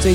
最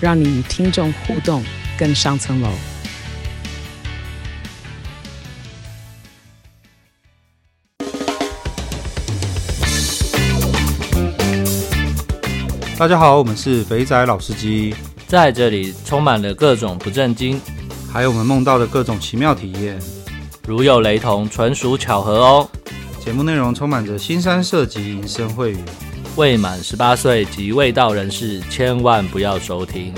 让你与听众互动更上层楼。大家好，我们是肥仔老司机，在这里充满了各种不正经，还有我们梦到的各种奇妙体验。如有雷同，纯属巧合哦。节目内容充满着新三色及淫声秽语。未满十八岁及未到人士，千万不要收听。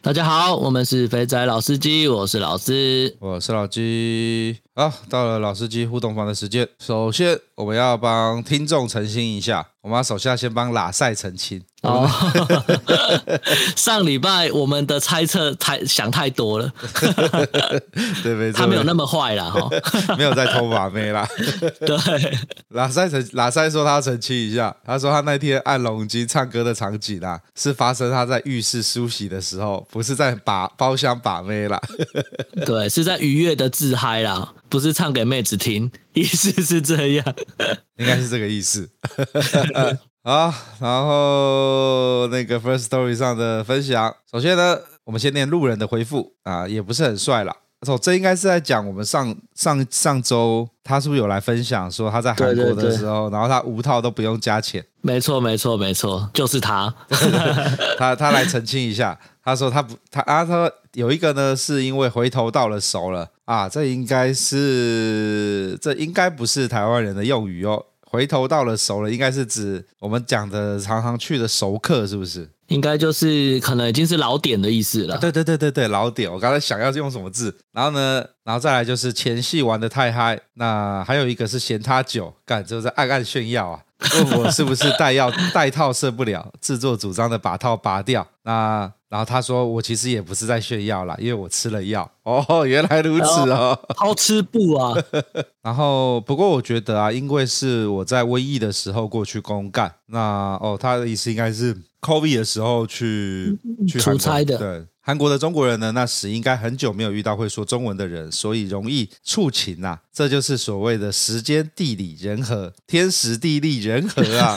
大家好，我们是肥仔老司机，我是老司。我是老鸡。好，到了老司机互动房的时间。首先，我们要帮听众澄清一下，我们要首先先帮拉塞澄清。 哦， 上礼拜我们的猜测太想太多了，对，没错，他没有那么坏啦哈。 没有在偷把妹啦。 对，拉塞澄拉塞说他要澄清一下，他说他那天按龙筋唱歌的场景啦、是发生他在浴室梳洗的时候，不是在把包厢把妹啦。对，是在愉悦的自嗨啦，不是唱给妹子听，意思是这样。应该是这个意思。 好，然后那个 First Story 上的分享，首先呢，我们先念路人的回复啊，也不是很帅啦。哦，这应该是在讲我们上上上周他是不是有来分享说他在韩国对对的对时候，然后他无套都不用加钱，没错，没错，没错，就是他。 他他来澄清一下，他说他不他啊，他说有一个呢是因为回头到了手了啊，这应该是这应该不是台湾人的用语哦。回头到了熟了，应该是指我们讲的常常去的熟客，是不是？应该就是可能已经是老点的意思了。对对对对对，老点。我刚才想要用什么字，然后呢，然后再来就是前戏玩的太嗨，那还有一个是嫌他久，干就是在暗暗炫耀啊， 问我是不是带药带套射不了，自作主张的把套拔掉。那然后他说我其实也不是在炫耀啦，因为我吃了药。哦，原来如此哦。好吃不啊？然后，不过我觉得啊，因为是我在瘟疫的时候过去公干，那哦，他的意思应该是 COVID 的时候去去韩国嗯出差的对，韩国的中国人呢，那时应该很久没有遇到会说中文的人，所以容易触情呐、这就是所谓的时间、地理、人和，天时地利人和 啊。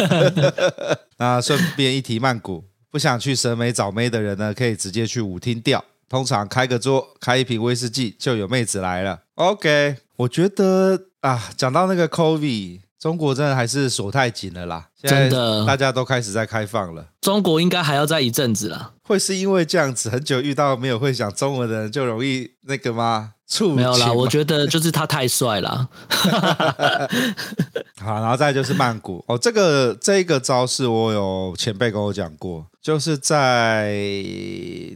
那顺便一提，曼谷 不想去审美找妹的人呢，可以直接去舞厅钓。通常开个桌，开一瓶威士忌就有妹子来了。OK，我觉得啊，讲到那个 COVID，中国真的还是锁太紧了啦。现在真的大家都开始在开放了。中国应该还要再一阵子啦。会是因为这样子很久遇到没有会讲中文的人就容易那个吗？触没有情啦，吗我觉得就是他太帅啦。好，然后再来就是曼谷哦，这个这个招式我有前辈跟我讲过，就是在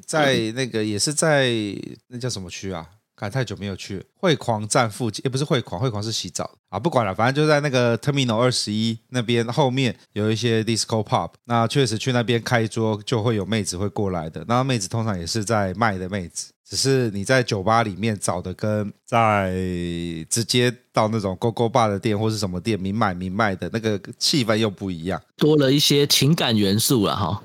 在那个也是在那叫什么区啊？看太久没有去了惠狂站附近，也不是惠狂，惠狂是洗澡啊，不管了，反正就在那个 Terminal 二十一那边后面有一些 disco pub，那确实去那边开桌就会有妹子会过来的，那妹子通常也是在卖的妹子，只是你在酒吧里面找的跟在直接到那种勾勾坝的店或是什么店明买明卖的那个气氛又不一样。多了一些情感元素了哈。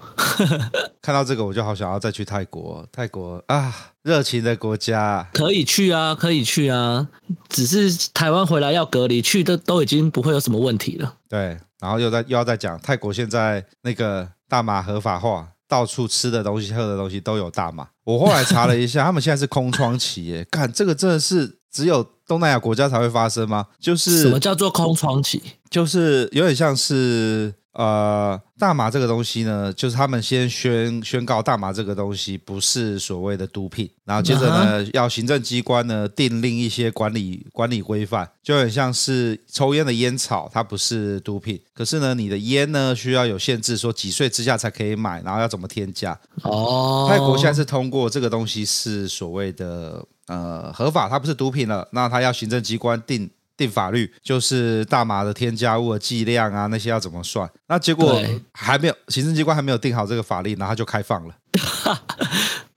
看到这个我就好想要再去泰国，泰国啊，热情的国家。可以去啊，可以去啊，只是台湾回来要隔离，去的都已经不会有什么问题了。对，然后又在又要再讲泰国现在那个大麻合法化，到处吃的东西、喝的东西都有大麻。我后来查了一下，他们现在是空窗期耶，干这个真的是只有东南亚国家才会发生吗？就什么是叫做空窗期？就是有点像是。呃，大麻这个东西呢，就是他们先宣宣告大麻这个东西不是所谓的毒品，然后接着呢，要行政机关呢订令一些管理管理规范，就很像是抽烟的烟草，它不是毒品，可是呢，你的烟呢需要有限制，说几岁之下才可以买，然后要怎么添加，哦，泰国现在是通过这个东西是所谓的呃合法，它不是毒品了，那它要行政机关定定法律，就是大麻的添加物的剂量啊那些要怎么算。那结果对还没有行政机关还没有定好这个法令，然后它就开放了。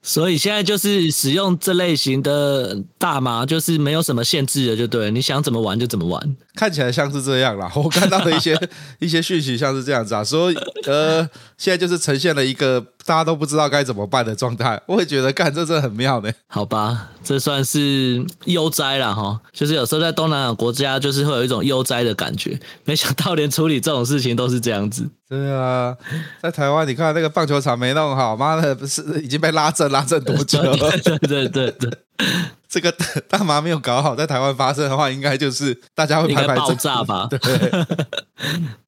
所以现在就是使用这类型的大麻，就是没有什么限制的，就对了，你想怎么玩就怎么玩。看起来像是这样啦， 我看到的一些一些讯息像是这样子啊，说呃，现在就是呈现了一个大家都不知道该怎么办的状态。我也觉得干这真的很妙呢。好吧，这算是悠哉了哈，就是有时候在东南亚国家，就是会有一种悠哉的感觉。没想到连处理这种事情都是这样子，对啊，在台湾你看那个棒球场没弄好，妈的，不是已经被拉正拉正多久了？对对对对，这个大麻没有搞好，在台湾发生的话，应该就是大家会应拍该拍爆照。炸吧？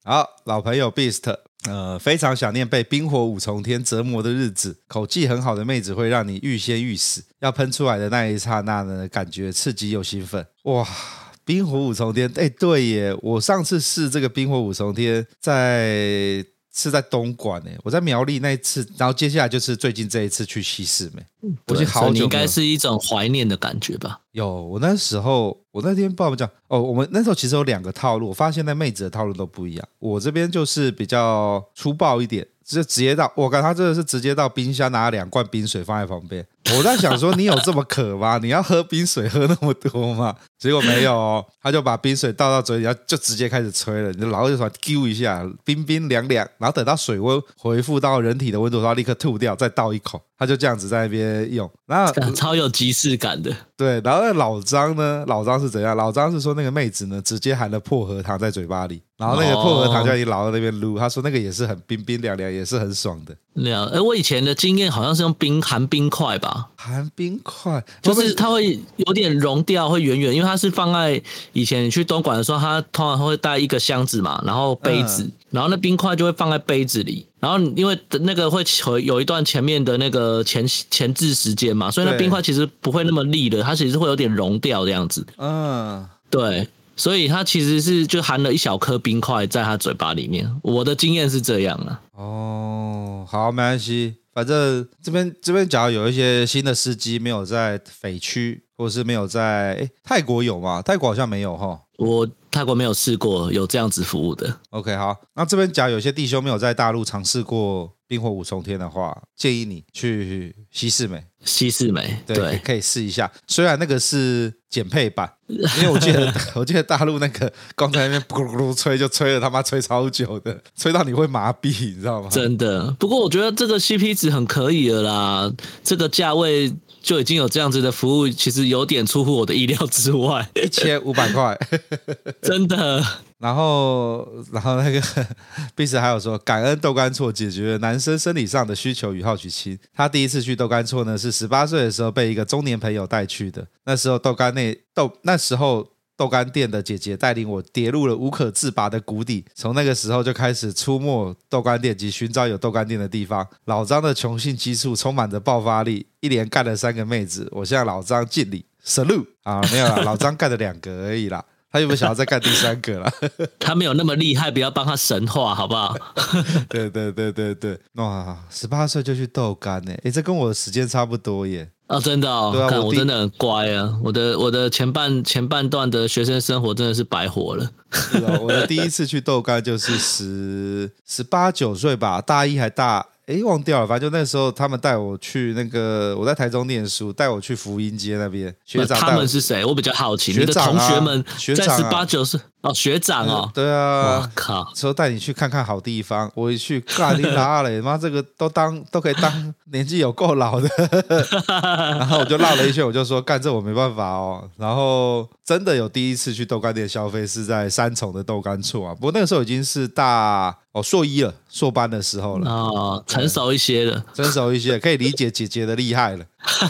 好，老朋友 Beast，呃，非常想念被冰火五重天折磨的日子。口技很好的妹子会让你欲仙欲死，要喷出来的那一刹那呢，感觉刺激又兴奋。哇，冰火五重天，哎，对耶，我上次试这个冰火五重天在。是在东莞诶、我在苗栗那一次，然后接下来就是最近这一次去西市没，我已对经所好以你久应没该有是一种怀念的感觉吧？有，我那时候，我那天不知道我们讲哦，我们那时候其实有两个套路，我发现那妹子的套路都不一样。我这边就是比较粗暴一点，直接直接到，我靠，她真的是直接到冰箱拿两罐冰水放在旁边。我在想说，你有这么渴吗？ 你要喝冰水喝那么多吗？结果没有哦，她就把冰水倒到嘴里，然后就直接开始吹了，你的后就突然丢一下，冰冰凉凉，然后等到水温回复到人体的温度的时候，她立刻吐掉，再倒一口，她就这样子在那边用。然后干超有即视感的，对，然后那老张呢？老张是怎样？老张是说那个妹子呢，直接含了薄荷糖在嘴巴里，然后那个哦薄荷糖就已经老在那边撸。他说那个也是很冰冰凉凉，也是很爽的，了，哎、我以前的经验好像是用冰含冰块吧，含冰块，就是它会有点融掉，会圆圆，因为它是放在以前你去东莞的时候，它通常会带一个箱子嘛，然后杯子，然后那冰块就会放在杯子里，然后因为那个会有有一段前面的那个前前置时间嘛，所以那对冰块其实不会那么立的，它其实会有点融掉这样子，嗯，对。所以它其实是就含了一小颗冰块在它嘴巴里面，我的经验是这样啊。哦，好，没关系，反正这边这边假如有一些新的司机没有在匪区，或者是没有在诶泰国有吗？泰国好像没有哈。我泰国没有试过有这样子服务的， OK，好，那这边假如有些弟兄没有在大陆尝试过冰火五重天的话，建议你去西市美。西式美对，对可以试一下。虽然那个是减配版，因为我记 得我记得大陆那个光在那边咕噜咕噜吹，就吹了他妈吹超久的，吹到你会麻痹，你知道吗？真的，不过我觉得这个 CP 值很可以了啦，这个价位就已经有这样子的服务，其实有点出乎我的意料之外， 一千五百块，真的。然后，然后那个 b i 还有说，感恩豆干错解决了男生生理上的需求与好奇心。他第一次去豆干错呢，是十八岁的时候被一个中年朋友带去的。那时候豆干内豆，那时候豆干店的姐姐带领我跌入了无可自拔的谷底。从那个时候就开始出没豆干店及寻找有豆干店的地方。老张的雄性激素充满着爆发力，一连干了三个妹子，我向老张敬礼，salute 啊，没有啦，老张干了两个而已啦。他有没有想要再干第三个啦？他没有那么厉害，不要帮他神话，好不好？对对对对对，哇，十八岁就去豆干呢，诶，这跟我的时间差不多耶。哦，真的哦，对啊看我我弟真的很乖啊，我的我的前半前半段的学生生活真的是白活了。是哦，我的第一次去豆干就是十十八九岁吧，大一还大。诶，忘掉了，反正就那时候他们带我去那个，我在台中念书，带我去福音街那边，学长他带我们是谁？我比较好奇，学你的长同啊学们学在长十啊八九岁哦，学长哦，对我啊，靠，说带你去看看好地方，我一去，干你拉嘞，妈这个都当都可以当年纪有够老的，然后我就绕了一圈，我就说干这我没办法哦。然后真的有第一次去豆干店消费是在三重的豆干处啊，不过那个时候已经是大哦硕一了，硕班的时候了，哦，成熟一些了。成熟一些，可以理解姐姐的厉害了。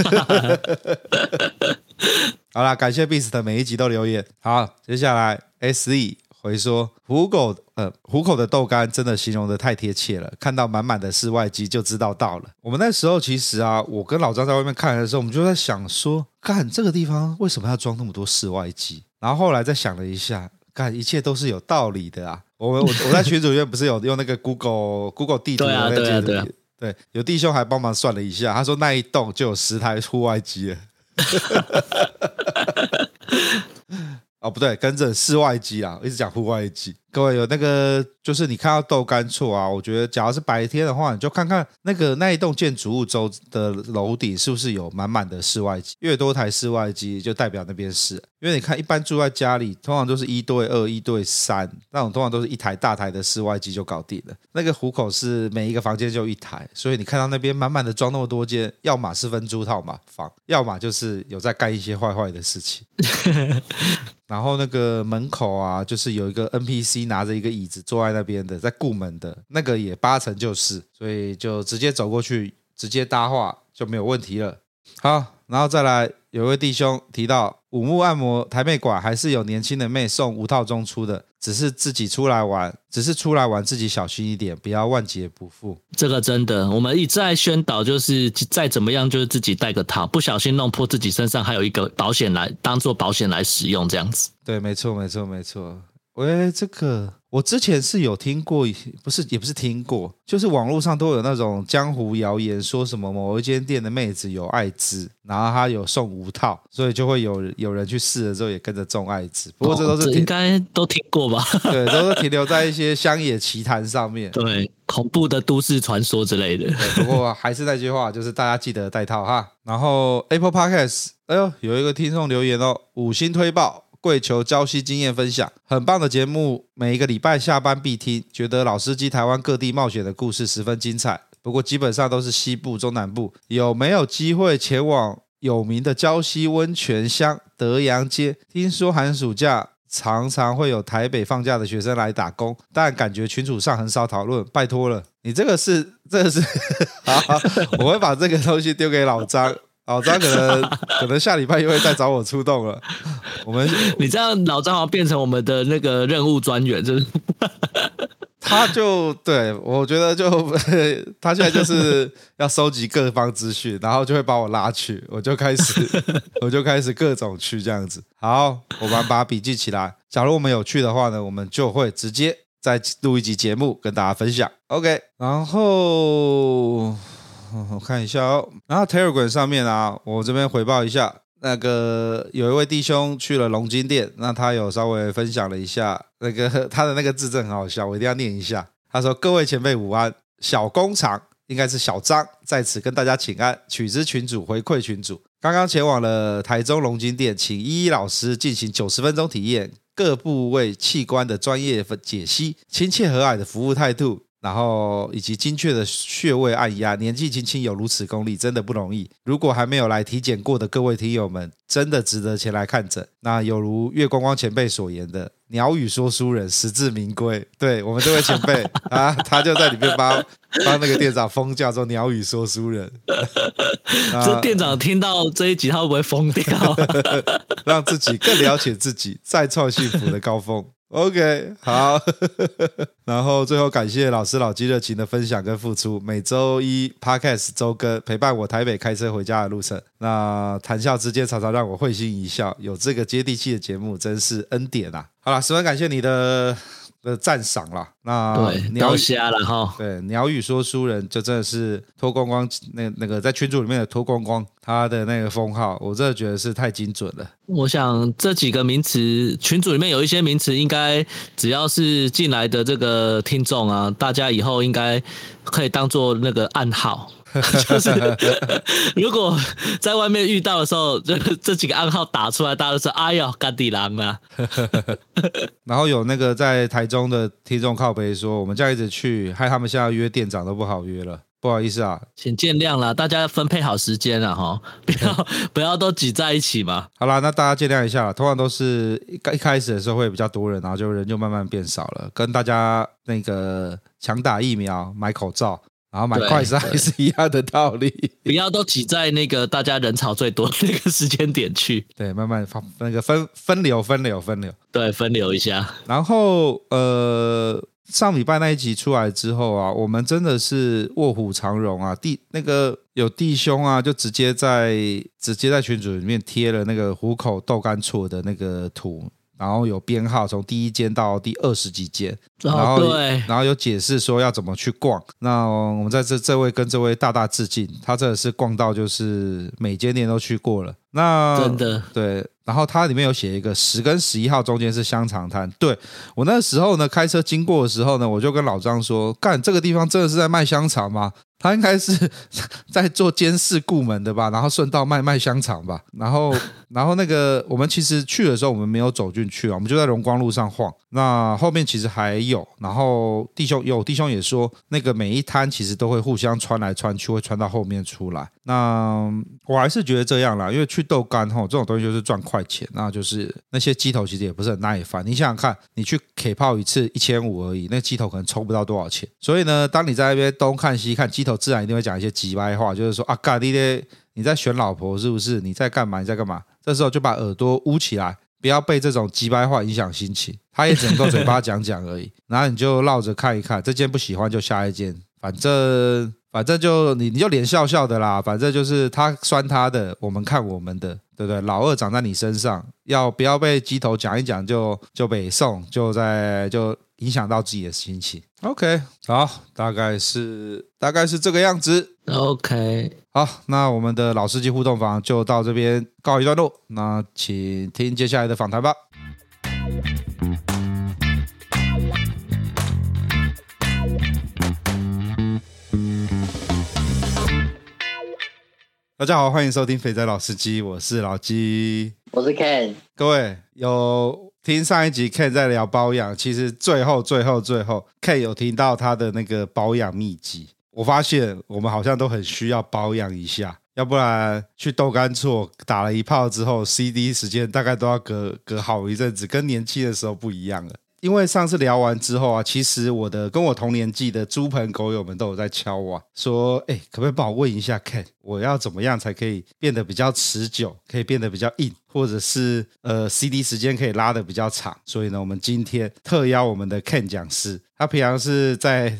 好啦，感谢 Beast 每一集都留言。好，接下来 S E 回说虎口呃虎口的豆干真的形容的太贴切了，看到满满的室外机就知道到了。我们那时候其实啊，我跟老张在外面看的时候，我们就在想说，干这个地方为什么要装那么多室外机？然后后来再想了一下，干一切都是有道理的啊。我们我我在群组里面不是有用那个 Google Google 地图对的啊那对啊个对啊对，有弟兄还帮忙算了一下，他说那一栋就有十台户外机了。哦，不对，跟着室外机啦，一直讲户外机。各位有那个，就是你看到豆干错啊，我觉得假如是白天的话，你就看看那个那一栋建筑物周的楼顶是不是有满满的室外机，越多台室外机就代表那边是。因为你看，一般住在家里，通常都是一对二、一对三那种，通常都是一台大台的室外机就搞定了。那个虎口是每一个房间就一台，所以你看到那边满满的装那么多间，要么是分租套嘛房，要么就是有在干一些坏坏的事情。然后那个门口啊，就是有一个 NPC 拿着一个椅子坐在那边的，在顾门的那个也八成就是，所以就直接走过去，直接搭话就没有问题了。好，然后再来，有一位弟兄提到五木按摩台妹馆还是有年轻的妹送无套中出的，只是自己出来玩，只是出来玩自己小心一点，不要万劫不复。这个真的，我们一再宣导，就是再怎么样，就是自己带个套，不小心弄破自己身上还有一个保险来当做保险来使用，这样子。对，没错，没错，没错。喂，这个我之前是有听过，不是也不是听过，就是网络上都有那种江湖谣言，说什么某一间店的妹子有艾滋，然后她有送无套，所以就会有有人去试了之后也跟着中艾滋。不过这都哦是应停、该都听过吧？ 对，都是停留在一些乡野奇谈上面。对，恐怖的都市传说之类的。对不过还是那句话，就是大家记得戴套哈。然后 Apple Podcast，哎呦，有一个听众留言哦，五星推爆。跪求交西经验分享，很棒的节目，每一个礼拜下班必听。觉得老司机台湾各地冒险的故事十分精彩，不过基本上都是西部、中南部。有没有机会前往有名的礁溪温泉乡德阳街？听说寒暑假常常会有台北放假的学生来打工，但感觉群组上很少讨论。拜托了，你这个是这个是好，好 我会把这个东西丢给老张。老张可能可能下礼拜又会再找我出动了。我们你这样老张好像变成我们的那个任务专员，就是他就对我觉得就 他现在就是要收集各方资讯，然后就会把我拉去，我就开始我就开始各种去这样子。好，我们把笔记起来。假如我们有去的话呢，我们就会直接再录一集节目跟大家分享。OK，然后我看一下哦。然后 Telegram 上面啊，我这边回报一下，那个有一位弟兄去了龙金店，那他有稍微分享了一下那个他的那个字证很好笑，我一定要念一下。他说：“各位前辈午安，小工厂应该是小张，在此跟大家请安，取之群主回馈群主。刚刚前往了台中龙金店，请依依老师进行九十分钟体验各部位器官的专业分解析，亲切和蔼的服务态度，然后以及精确的穴位按压，年纪轻轻有如此功力，真的不容易。如果还没有来体检过的各位听友们，真的值得前来看诊。那有如月光光前辈所言的，鸟语说书人实至名归。对我们这位前辈啊，他就在里面帮帮那个店长封叫做鸟语说书人，啊这店长听到这一集他会不会疯掉？让自己更了解自己，再创幸福的高峰。OK，好， 然后最后感谢老师老鸡热情的分享跟付出，每周一 Podcast 周更陪伴我台北开车回家的路程，那谈笑之间常常让我会心一笑，有这个接地气的节目真是恩典啊！好啦，十分感谢你的的赞赏啦，那 对，鸟都语瞎了哈。对，鸟语说书人就真的是脱光光，那那个在群组里面的脱光光，他的那个封号，我真的觉得是太精准了。我想这几个名词群组里面有一些名词，应该只要是进来的这个听众啊，大家以后应该可以当做那个暗号。 就是如果在外面遇到的时候，这这几个暗号打出来，大家都说：“哎呦，干地狼啊然后有那个在台中的听众靠背说，我们这样一直去，害他们现在约店长都不好约了，不好意思啊！”。请见谅啦，大家分配好时间了哈，不 要不要都挤在一起嘛。好啦，那大家见谅一下啦。通常都是一一开始的时候会比较多人，然后就人就慢慢变少了。跟大家那个强打疫苗、买口罩，然后买对快筛是一样的道理。不要都挤在那个大家人潮最多的那个时间点去，对，慢慢放那个分分流、分流、分流。对，分流一下。然后呃，上礼拜那一集出来之后啊，我们真的是卧虎藏龙啊，弟那个有弟兄啊，就直接在直接在群组里面贴了那个虎口豆干错的那个图。然后有编号，从第一间到第二十几间，然然后后哦对，然后有解释说要怎么去逛。那我们在这这位跟这位大嗯大致敬，他真的是逛到就是每间店都去过了。那真的对，然后它里面有写一个十跟十一号中间是香肠摊。对我那时候呢，开车经过的时候呢，我就跟老张说：“干，这个地方真的是在卖香肠吗？他应该是 在做监视顾门的吧，然后顺道卖卖香肠吧。”然后，然后那个我们其实去的时候，我们没有走进去啊，我们就在荣光路上晃。那后面其实还有，然后弟兄有弟兄也说，那个每一摊其实都会互相穿来穿去，会穿到后面出来。那我还是觉得这样啦，因为去豆干吼这种东西就是赚快钱，那就是那些鸡头其实也不是很耐烦。你想想看，你去 K 泡一次一千五而已，那鸡头可能抽不到多少钱。所以呢，当你在那边东看西看，鸡头自然一定会讲一些鸡掰话，就是说啊，干你咧，你在选老婆是不是？你在干嘛？你在干嘛？这时候就把耳朵捂起来，不要被这种鸡掰话影响心情。他也只能够嘴巴讲讲而已，然后你就绕着看一看，这间不喜欢就下一间，反正反正就你你就脸笑笑的啦，反正就是他酸他的，我们看我们的，对不对？老二长在你身上，要不要被鸡头讲一讲就就北宋，就在就影响到自己的心情。OK，好，大概是大概是这个样子。 OK，好，那我们的老司机互动房就到这边告一段落。那请听接下来的访谈吧。大家好，欢迎收听《肥仔老司机》，我是老鸡。我是 Ken，各位有听上一集 Ken 在聊保养，其实最后最后最后 Ken 有听到他的那个保养秘籍。我发现我们好像都很需要保养一下，要不然去豆干错打了一炮之后，CD 时间大概都要隔隔好一阵子，跟年轻的时候不一样了。因为上次聊完之后啊，其实我的跟我同年纪的猪朋狗友们都有在敲我、啊，说：“哎、可不可以帮我问一下 Ken，我要怎么样才可以变得比较持久，可以变得比较硬，或者是呃 CD 时间可以拉的比较长？”所以呢，我们今天特邀我们的 Ken 讲师，他平常是在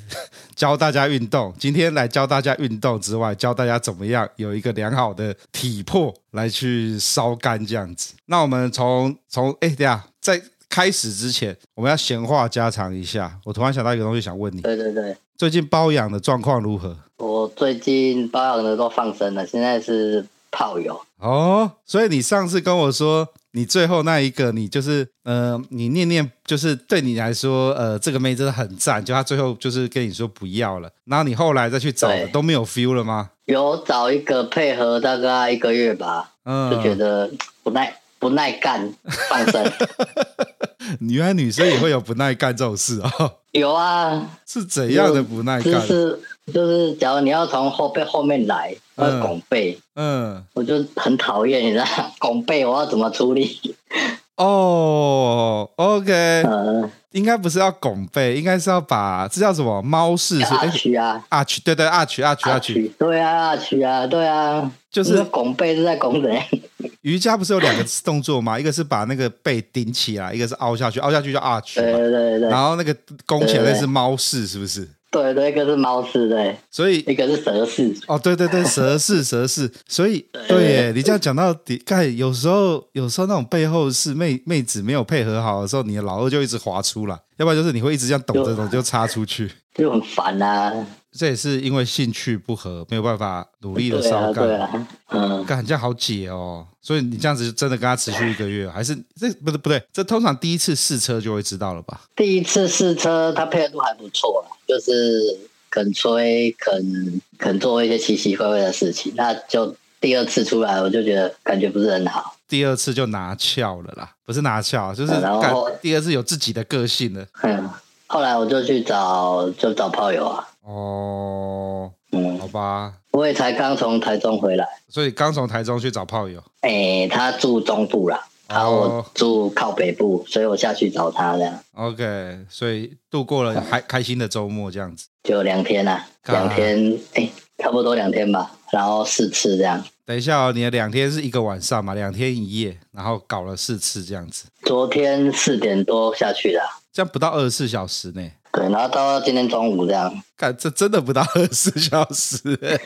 教大家运动，今天来教大家运动之外，教大家怎么样有一个良好的体魄来去烧干这样子。那我们从从哎，等一下在开始之前，我们要闲话家常一下。我突然想到一个东西，想问你，对对对，最近包养的状况如何？我最近保养的都放生了，现在是炮友，哦，所以你上次跟我说，你最后那一个，你就是呃，你念念就是对你来说，呃，这个妹真的很赞，就她最后就是跟你说不要了，然后你后来再去找对都没有 feel 了吗？有找一个配合大概一个月吧，嗯，就觉得不耐不耐干，放生原来女生也会有不耐干这种事啊、哦，有啊，是怎样的不耐就干？是就是，假如你要从后背后面来，嗯要拱背，嗯，我就很讨厌，你知道吗，拱背我要怎么处理？哦，OK，呃，应该不是要拱背，应该是要把这叫什么猫式是阿哎区啊，啊去对对啊去啊去啊去，区，对啊，阿区啊，对啊，就是你说拱背是在拱怎样？瑜伽不是有两个动作吗？一个是把那个背顶起来，一个是凹下去，凹下去叫 arch 对嘛。对对对然后那个拱起来那是猫式，是不是？对对，一个是猫式，对，所以一个是蛇式。哦，对 对对，蛇式蛇式，所以对耶，你这样讲到底，盖有时候有时候那种背后是妹妹子没有配合好的时候，你的老二就一直滑出来，要不然就是你会一直这样抖着抖就插出去。就很烦啊。这也是因为兴趣不合，没有办法努力的对烧啊，干。对啊，嗯，干这样好解哦，所以你这样子真的跟他持续一个月，还是这不对不对，这通常第一次试车就会知道了吧？第一次试车，他配合度还不错啦，就是肯吹，肯肯做一些奇奇怪怪的事情。那就第二次出来，我就觉得感觉不是很好。第二次就拿翘了啦，不是拿翘，啊就是嗯然后干第二次有自己的个性了。嗯，后来我就去找，就找炮友啊。哦，嗯，好吧，我也才刚从台中回来，所以刚从台中去找炮友。诶、他住中部啦，然后哦我住靠北部，所以我下去找他这样， OK，所以度过了还开心的周末这样子。就两天啦、干两天，诶、差不多两天吧，然后四次这样。等一下哦，你的两天是一个晚上嘛，两天一夜，然后搞了四次这样子，昨天四点多下去的啊，这样不到二十四小时呢。对，然后到今天中午这样，干，这真的不到二十四小时、欸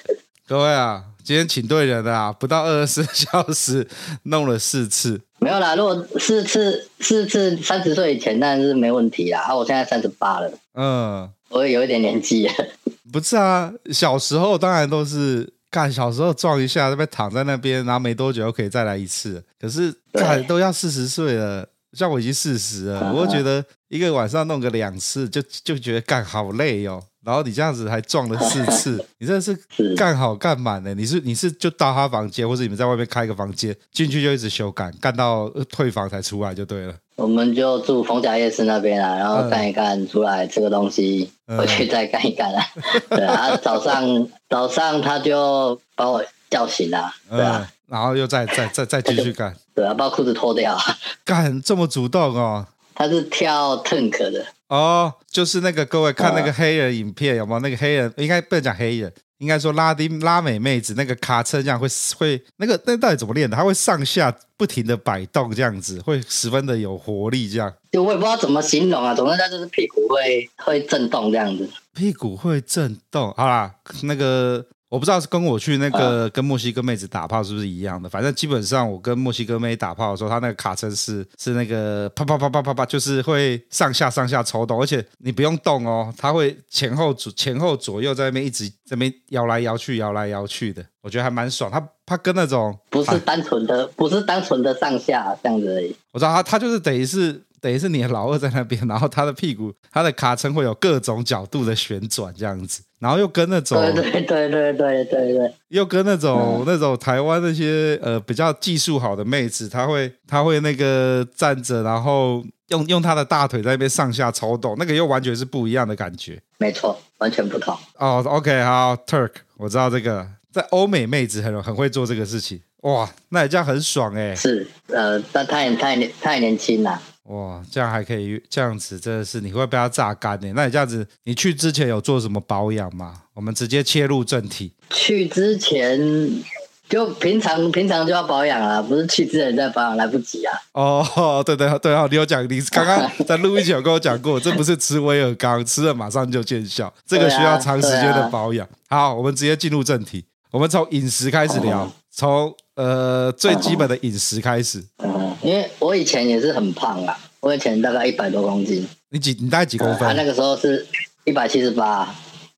各位啊，今天请对人了啊，不到二十四小时弄了四次，没有啦。如果四次四次三十岁以前当然是没问题啦，啊，我现在三十八了，嗯，我有一点年纪了， 不是啊，小时候当然都是干小时候撞一下，那边躺在那边，然后没多久又可以再来一次。可是对干都要四十岁了，像我已经四十了， 嗯我就觉得一个晚上弄个两次，就就觉得干好累哦。然后你这样子还撞了四 次，你真的是是干好干满的。你是你是就到他房间，或者你们在外面开一个房间，进去就一直修改，干到呃退房才出来就对了。我们就住逢甲夜市那边啊，然后干一干，出来吃个东西，嗯回去再干一干 啊。对啊，早上早上他就把我叫醒了、对嗯啊，，然后又再再再再继续干，对啊，把裤子脱掉啊。 干这么主动哦。他是跳 tank 的，哦，就是那个各位看那个啊黑人影片有没有？那个黑人应该不能讲黑人，应该说拉丁拉美妹子那个卡车这样会会那个那到底怎么练的？她会上下不停的摆动这样子，会十分的有活力这样。就我也不知道怎么形容啊，总之他就是屁股会会震动这样子。屁股会震动。好啦，那个我不知道是跟我去那个、啊跟墨西哥妹子打炮是不是一样的，反正基本上我跟墨西哥妹打炮的时候，她那个卡车是是那个啪啪啪啪啪啪，就是会上下上下抽动，而且你不用动哦，它会前后左前后左右在那边一直在那边摇来摇去，摇来摇去的，我觉得还蛮爽。它它跟那种不是哎单纯的，不是单纯的上下这样子而已。我知道他，他就是等于是等于是你的老二在那边，然后他的屁股，他的卡层会有各种角度的旋转这样子，然后又跟那种对对对对对对对，又跟那种、那种台湾那些呃比较技术好的妹子，她会她会那个站着，然后用用她的大腿在那边上下抽动，那个又完全是不一样的感觉。没错，完全不同。哦，OK，好，Turk，我知道这个，在欧美妹子很很会做这个事情，哇，那你这样很爽哎、是，呃，但太太年太年轻啊了。哇，这样还可以，这样子真的是你会被他榨干呢。那你这样子，你去之前有做什么保养吗？我们直接切入正题。去之前就平常平常就要保养啊，不是去之前再保养来不及啊。哦，对对对哦，你有讲，你刚 刚在录音前有跟我讲过，这不是吃威尔刚，吃了马上就见效，这个对啊需要长时间对的啊保养。好，我们直接进入正题，我们从饮食开始哦聊，从呃最基本的饮食开始。嗯，因为我以前也是很胖啊，我以前大概一百多公斤，你几？你大概几公啊，那分？个时候是一百七十八，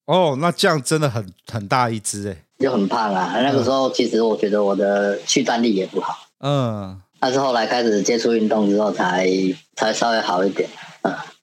哦，那这样真的很很大一只哎。就很胖啊。那个时候其实我觉得我的续战力也不好，嗯但是后来开始接触运动之后才才稍微好一点。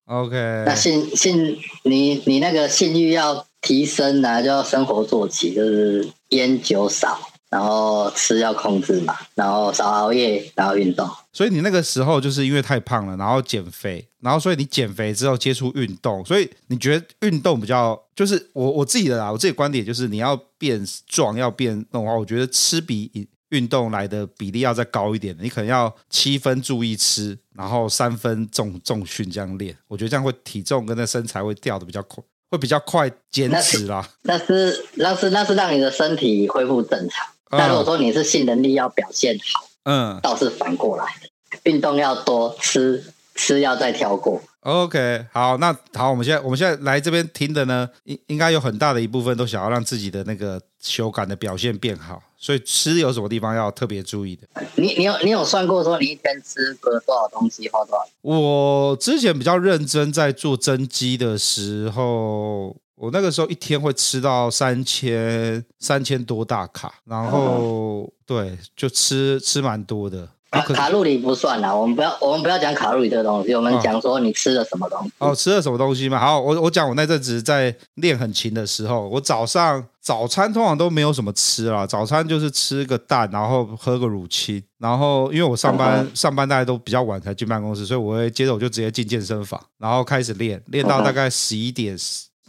，OK。那性性，你你那个性欲要提升啊，就要生活作息，就是烟酒少，然后吃要控制嘛，然后少熬夜，然后运动。所以你那个时候就是因为太胖了，然后减肥，然后所以你减肥之后接触运动，所以你觉得运动比较就是我我自己的啦，我自己的观点就是你要变壮要变动的话，我觉得吃比饮运动来的比例要再高一点，你可能要七分注意吃，然后三分重重训这样练，我觉得这样会体重跟那身材会掉的比较快，会比较快减那脂啦。那是那是那是让你的身体恢复正常。嗯那如果说你是性能力要表现好，嗯倒是反过来，运动要多，吃吃要再挑过。 ，OK，好，那好，我们现在我们现在来这边听的呢，应应该有很大的一部分都想要让自己的那个修感的表现变好，所以吃有什么地方要特别注意的？你你有你有算过说你一天吃个多少东西或多少？我之前比较认真在做增肌的时候，我那个时候一天会吃到三千三千多大卡，然后、对，就吃吃蛮多的。啊卡可是卡路里不算啦，我们不要我们不要讲卡路里这个东西，我们嗯讲说你吃了什么东西。哦，吃了什么东西吗？好，我我讲我那阵子在练很勤的时候，我早上早餐通常都没有什么吃啦，早餐就是吃个蛋，然后喝个乳清，然后因为我上班、嗯上班大家都比较晚才进办公室，所以我会接着我就直接进健身房，然后开始练，练嗯到大概十一点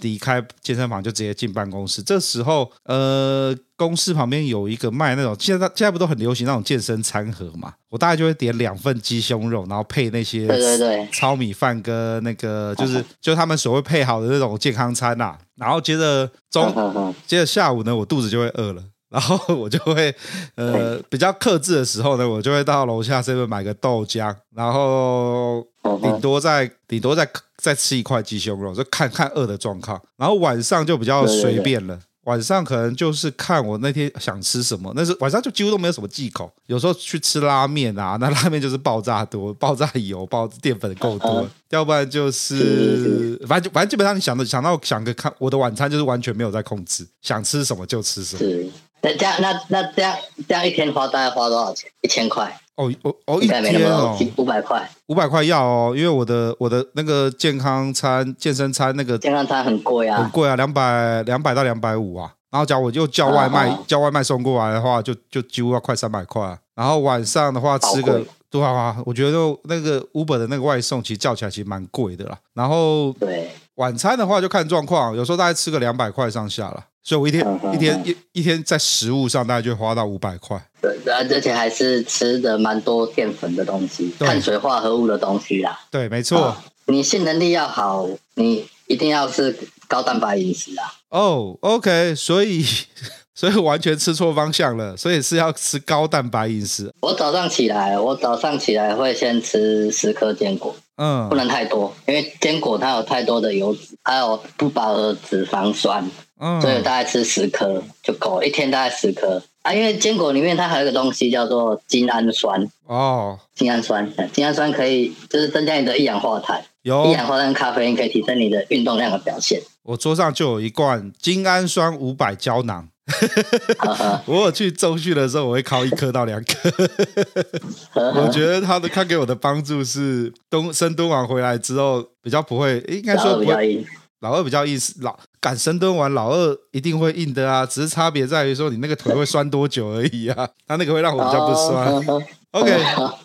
离开健身房就直接进办公室。这时候，呃，公司旁边有一个卖那种，现在现在不都很流行那种健身餐盒嘛？我大概就会点两份鸡胸肉，然后配那些对对对糙米饭跟那个就是就他们所谓配好的那种健康餐呐、然后接着中嗯嗯嗯接着下午呢，我肚子就会饿了。然后我就会， 呃，比较克制的时候呢，我就会到楼下这边买个豆浆，然后嗯哼顶多再顶多再再吃一块鸡胸肉，就看看饿的状况。然后晚上就比较对对对随便了，晚上可能就是看我那天想吃什么，那是晚上就几乎都没有什么忌口。有时候去吃拉面啊，那拉面就是爆炸多，爆炸油、爆淀粉够多，要不然就是嗯是反正就反正基本上你想的想到想个看我的晚餐就是完全没有在控制，想吃什么就吃什么。是，那这样那那这样这样一天花大概花多少钱？一千块，哦哦哦，一应该没那天么哦，五百块。 五百块要哦，因为我的我的那个健康餐、健身餐那个健康餐很贵很啊，贵啊，两百两百到两百五啊。然后假如我就叫外卖，哦 叫外卖送过来的话，就就几乎要快三百块啊、然后晚上的话吃好个贵多少啊？我觉得那个 Uber 的那个外送其实叫起来其实蛮贵的啦。然后对，晚餐的话就看状况，有时候大概吃个两百块上下啦。所以我一天、嗯嗯一天一一天在食物上大概就花到五百块。对，而呃而且还是吃的蛮多淀粉的东西，对碳水化合物的东西啦。对，没错。啊你性能力要好，你一定要是高蛋白饮食啊。哦、o k 所以 所以完全吃错方向了，所以是要吃高蛋白饮食。我早上起来，我早上起来会先吃十颗坚果，嗯不能太多，因为坚果它有太多的油脂，还有不饱和脂肪酸，嗯，所以大概吃十颗就够了，一天大概十颗啊。因为坚果里面它还有一个东西叫做精氨酸，哦，精氨酸，呃精氨酸可以就是增加你的一氧化碳，一有氧化碳咖啡因可以提升你的运动量的表现。我桌上就有一罐精氨酸五百胶囊，呵呵我有去中训的时候，我会烤一颗到两 颗。啊我觉得它的它给我的帮助是冬深蹲完回来之后比较不会，应该然说后不哦比较会硬，老二比较硬，老敢深蹲完老二一定会硬的啊，只是差别在于说你那个腿会酸多久而已啊，它那个会让我比较不酸。哦呵呵 OK，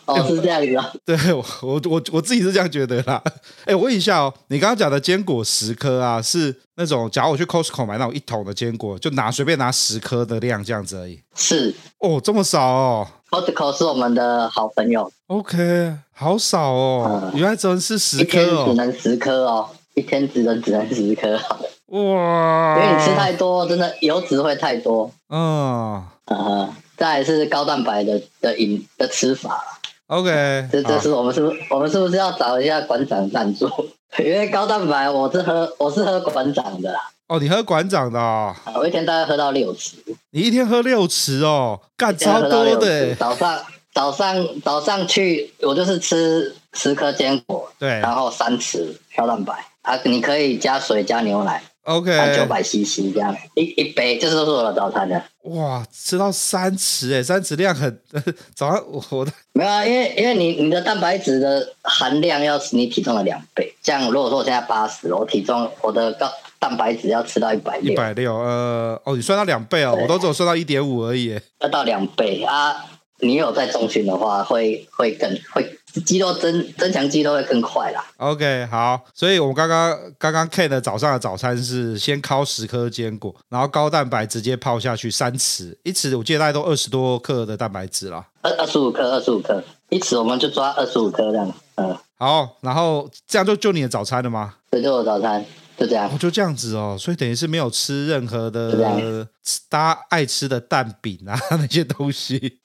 哦，是这样子啊。对我我我我自己是这样觉得啦。哎，我问一下哦，你刚刚讲的坚果十颗啊，是那种假如我去 Costco 买那种一桶的坚果，就拿随便拿十颗的量这样子而已。是哦，这么少哦。 Costco 是我们的好朋友， OK，好少哦，嗯原来只能是一十颗天只哦，能十颗哦，一天只能只能十颗，哦因哇！为你吃太多，真的油脂会太多。嗯呃， 再来是高蛋白的的饮的吃法， ，OK，这这好是我们是不是我们是不是要找一下馆长赞助？ 因为高蛋白我是喝我是喝馆长的啦，哦，你喝馆长的、哦，啊我一天大概喝到六十，你一天喝六匙哦，干现在超喝到多六的十。欸，早上早上早上去我就是吃十颗坚果，对然后三匙高蛋白啊，你可以加水加牛奶。 ，OK，九百 CC 这样，一一杯，这是都是我的早餐的。哇，吃到三匙哎，三匙量很， 早上我我没有啊，因为因为你你的蛋白质的含量要是你体重的两倍。像如果说我现在八十，我体重我的高蛋白质要吃到一百一六，百六，呃，哦，你算到两倍哦，对我都只有算到一点五而已欸。要到两倍啊。你有在中旬的话，会会更会肌肉增增强肌肉会更快啦。 OK，好，所以我们刚刚刚刚 Ken 的早上的早餐是先烤十颗坚果，然后高蛋白直接泡下去三匙，一匙我记得大概都二十多克的蛋白质啦。二二十五克，二十五克，一匙我们就抓二十五克这样，嗯，好，然后这样就就你的早餐了吗？这就是我早餐，就这样哦，。就这样子哦，所以等于是没有吃任何对啊的吃大家爱吃的蛋饼啊 那些东西。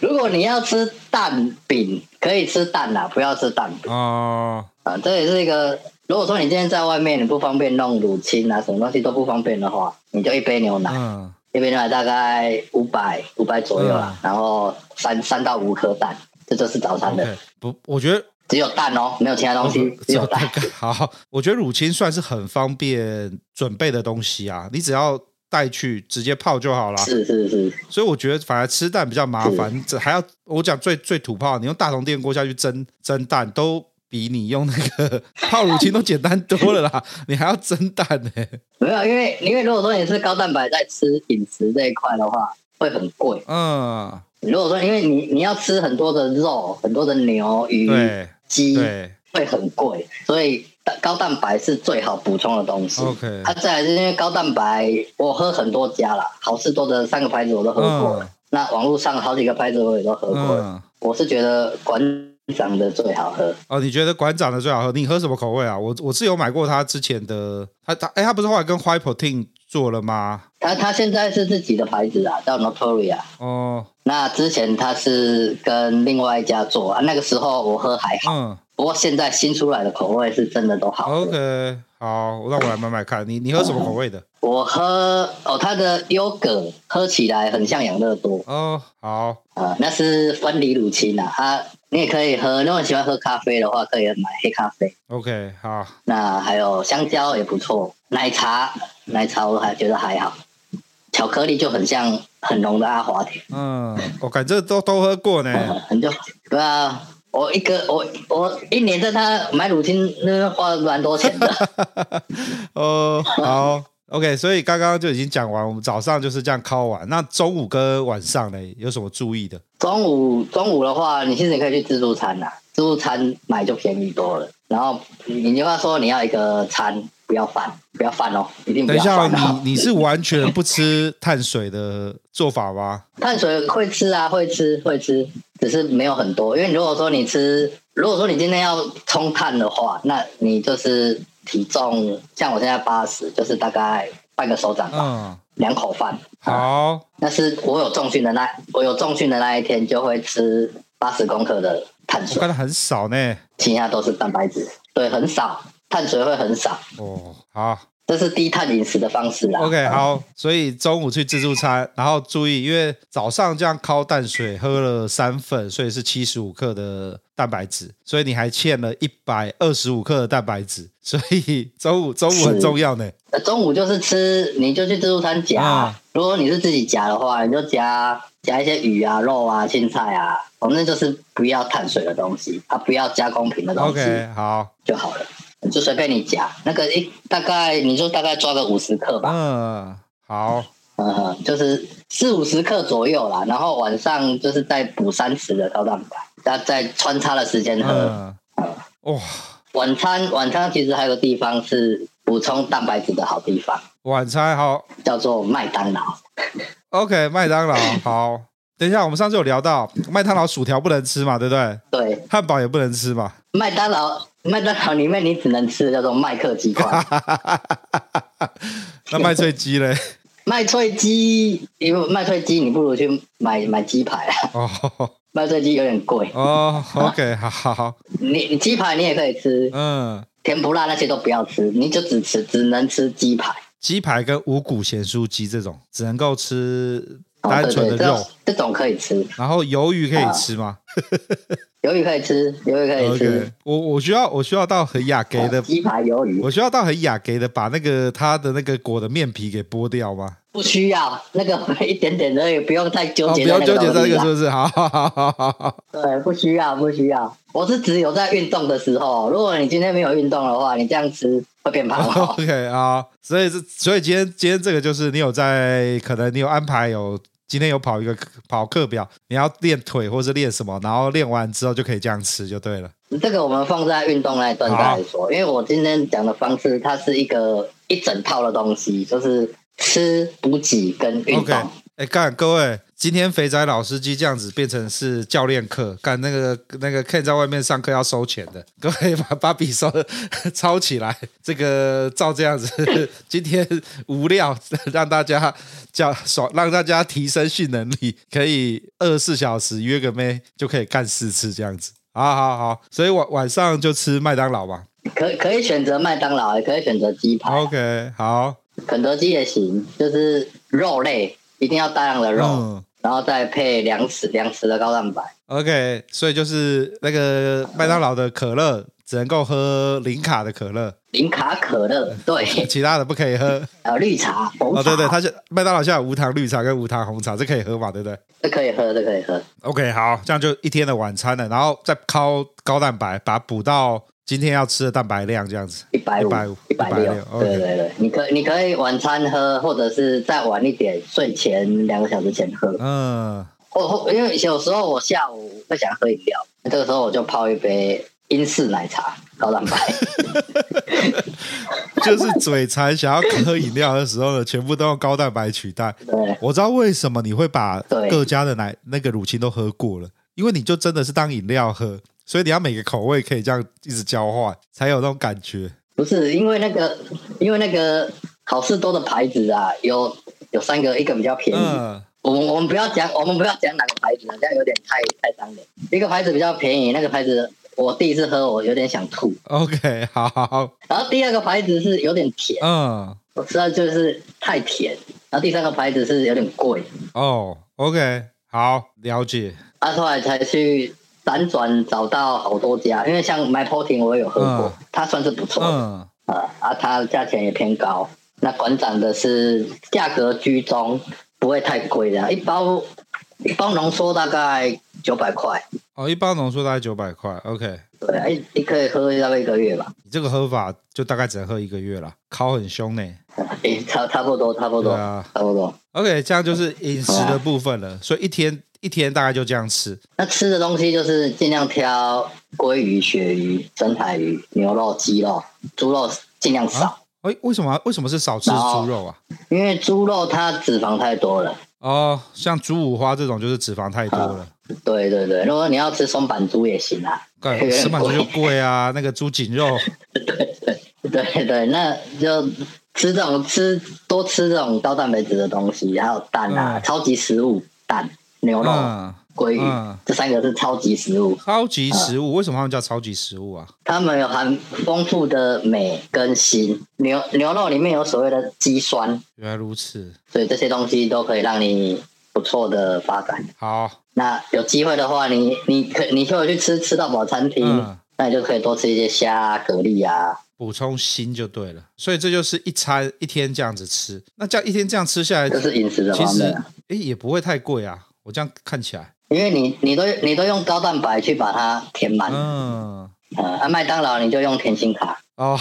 如果你要吃蛋饼，可以吃蛋啦，不要吃蛋饼。哦、啊，这也是一个。如果说你今天在外面，你不方便弄乳清啊，什么东西都不方便的话，你就一杯牛奶， 嗯，一杯牛奶大概五百五百左右啦，然后三三到五颗蛋，这就是早餐的，对，不，我觉得只有蛋哦，没有其他东西，只有蛋。 好，我觉得乳清算是很方便准备的东西啊，你只要带去直接泡就好啦。是是是，所以我觉得反而吃蛋比较麻烦，这还要我讲最最土炮，你用大铜电锅下去蒸蒸蛋，都比你用那个泡乳清都简单多了啦。 你还要蒸蛋呢、没有，因为因为如果说你是高蛋白在吃饮食这一块的话，会很贵。嗯，如果说因为你你要吃很多的肉，很多的牛鱼对鸡，对，会很贵，所以蛋高蛋白是最好补充的东西。 OK 它、再来啊是因为高蛋白，我喝很多家啦，好事多的三个牌子我都喝过了，嗯那网络上好几个牌子我也都喝过了。嗯，我是觉得馆长的最好喝，哦，你觉得馆长的最好喝？你喝什么口味啊？我我是有买过他之前的，他他哎，他不是后来跟 High Protein 做了吗？他他现在是自己的牌子啊，叫 Notoria。哦，那之前他是跟另外一家做啊，那个时候我喝还好，嗯。不过现在新出来的口味是真的都好喝。 OK，好，那我来买买看。你你喝什么口味的？我喝哦，它的优格喝起来很像养乐多，哦，好，呃，那是分离乳清啊，它你也可以喝，如果你喜欢喝咖啡的话，可以买黑咖啡。 OK，好，那还有香蕉也不错，奶茶奶茶我还觉得还好，巧克力就很像很浓的阿华田，呃嗯，我感觉都都喝过呢。很就对啊。我一个我我一年在他买乳清那花了蛮多钱的，哦，好，OK，所以刚刚就已经讲完，我们早上就是这样敲完。那中午跟晚上呢，有什么注意的？中午中午的话，你其实可以去自助餐啦、自助餐买就便宜多了。然后你就要说你要一个餐，不要饭，不要饭哦，一定不等一要下饭哦，哦。你你是完全不吃碳水的做法吗？碳水会吃啊，会吃会吃，只是没有很多。因为你如果说你吃，如果说你今天要冲碳的话，那你就是体重，像我现在八十，就是大概半个手掌吧，嗯，两口饭。好，但是我有重训的那，我有重训的那一天就会吃八十公克的碳我水看，到很少呢。其他都是蛋白质，对，很少，碳水会很少，哦，好这是低碳饮食的方式啦。 ，OK，好，所以中午去自助餐，然后注意，因为早上这样敲淡水喝了三份，所以是七十五克的蛋白质，所以你还欠了一百二十五克的蛋白质，所以 中午中午很是重要呢。呃，中午就是吃，你就去自助餐夹。啊如果你是自己夹的话，你就夹夹一些鱼啊、肉啊、青菜啊，反正就是不要碳水的东西啊，不要加工品的东西 OK，好，就好了。你就随便你夹，那个一大概你就大概抓个五十克吧，嗯，好，嗯哼，就是四五十克左右啦。然后晚上就是再补三十的高蛋白，那再穿插的时间喝。嗯，哇，晚餐晚餐其实还有个地方是补充蛋白质的好地方，晚餐好叫做麦当劳。 ，OK，麦当劳好。等一下，我们上次有聊到麦当劳薯条不能吃嘛，对不对？对，汉堡也不能吃嘛。麦当劳，麦当劳里面你只能吃的叫做麦 克鸡块，那麦脆鸡嘞？麦脆鸡，因为麦脆鸡你不如去买买鸡排啊， 哦麦脆鸡有点贵，哦，OK，好好好，你你鸡排你也可以吃，嗯，甜不辣那些都不要吃，你就只吃只能吃鸡排，鸡排跟五谷咸酥鸡这种只能够吃哦单对纯对，的这肉种，这种可以吃，然后鱿鱼可以吃吗鱿鱼可以吃，鱿啊鱼可以？OK，吃，哦我我需要我需要到很雅给的，鸡排鱿鱼我需要到很雅给的把那个它的那个裹的面皮给剥掉吗？不需要，那个 一点点的也不用太纠哦，结不要在那纠个结在东这个，西啊啦是，不是？好好好好好好，对，不需要不需要，我是只有在运动的时候，如果你今天没有运动的话，你这样吃会变胖哦好。，OK 啊。所以这，所以今天今天这个就是你有在，可能你有安排有今天有跑一个跑课表，你要练腿或是练什么，然后练完之后就可以这样吃就对了。这个我们放在运动那一段再来说，因为我今天讲的方式，它是一个一整套的东西，就是吃、补给跟运 OK，动。哎，干各位，今天肥仔老司机这样子变成是教练课，干那个那个 Ken 在外面上课要收钱的，各位把把笔收 抄起来，这个照这样子，今天无料让大家叫爽，让大家提升性能力，可以二十四小时约个妹就可以干四次这样子。好好好，所以晚晚上就吃麦当劳吧。可可以选择麦当劳，也可以选择鸡排， OK，好，肯德基也行，就是肉类一定要大量的肉，嗯然后再配两匙两匙的高蛋白。 OK，所以就是那个麦当劳的可乐只能够喝零卡的可乐，零卡可乐， 对，其他的不可以喝。还有绿茶、红嗯茶，哦，对对，它是麦当劳现在有无糖绿茶跟无糖红茶，这可以喝嘛，对不对这可以喝，这可以喝。 ？OK，好，这样就一天的晚餐了，然后再靠高蛋白，把它补到今天要吃的蛋白量，这样子。一百五150、一百六， 160对 OK 对对，你可你可以晚餐喝，或者是再晚一点，睡前两个小时前喝。嗯，我我因为有时候我下午会想喝饮料，这个时候我就泡一杯英式奶茶，高 蛋白。就是嘴馋想要喝饮料的时候呢，全部都用高蛋白取代。对我知道为什么你会把对各家的奶那个乳清都喝过了，因为你就真的是当饮料喝，所以你要每个口味可以这样一直交换，才有那种感觉。不是因为那个，因为那个好事多的牌子啊，有有三个，一个比较便宜。嗯，我们我们不要讲，我们不要讲哪个牌子了，这样有点太太伤脸。一个牌子比较便宜，那个牌子我第一次喝，我有点想吐。 OK，好好好，然后第二个牌子是有点甜，嗯，我知道就是太甜。然后第三个牌子是有点贵，哦，OK，好，了解，啊，后来才去辗转找到好多家，因为像 My Protein 我也有喝过，它算是不错的、嗯呃，啊，它价钱也偏高，那馆长的是价格居中，不会太贵的，一包一包浓缩大概九百块，哦，一包浓缩大概九百块，OK。对啊，一你可以喝大概一个月吧，你这个喝法就大概只能喝一个月啦，烤很凶呢。诶哎差差不多，差不多，对啊差不多。 OK，这样就是饮食的部分了，所以一天一天大概就这样吃。那吃的东西就是尽量挑鲑鱼、鳕鱼、深海鱼、牛肉、鸡肉、猪肉尽量少，哎，为什么啊为什么是少吃猪肉啊？因为猪肉它脂肪太多了。哦，像猪五花这种就是脂肪太多 了，对对对，如果你要吃松板猪也行啊。干有点吃满猪就贵贵啊，那个猪颈肉， 对对，那就吃这种吃多吃这种高蛋白质的东西，还有蛋啊，嗯超级食物蛋、牛肉、嗯，鲑鱼、嗯这三个是超级食物，超级食物，为什么他们叫超级食物啊？它们有含丰富的镁跟锌。牛牛肉里面有所谓的肌酸，原来如此，所以这些东西都可以让你不错的发展。好，那有机会的话，你你可你就去吃吃到饱餐厅，嗯那你就可以多吃一些虾、啊、蛤蜊啊。补充锌就对了，所以这就是一餐一天这样子吃，那这样一天这样吃下来，这是饮食的其方实面啊哎、诶也不会太贵啊，我这样看起来，因为你你都你都用高蛋白去把它填满，嗯、嗯，啊，麦当劳你就用甜心卡哦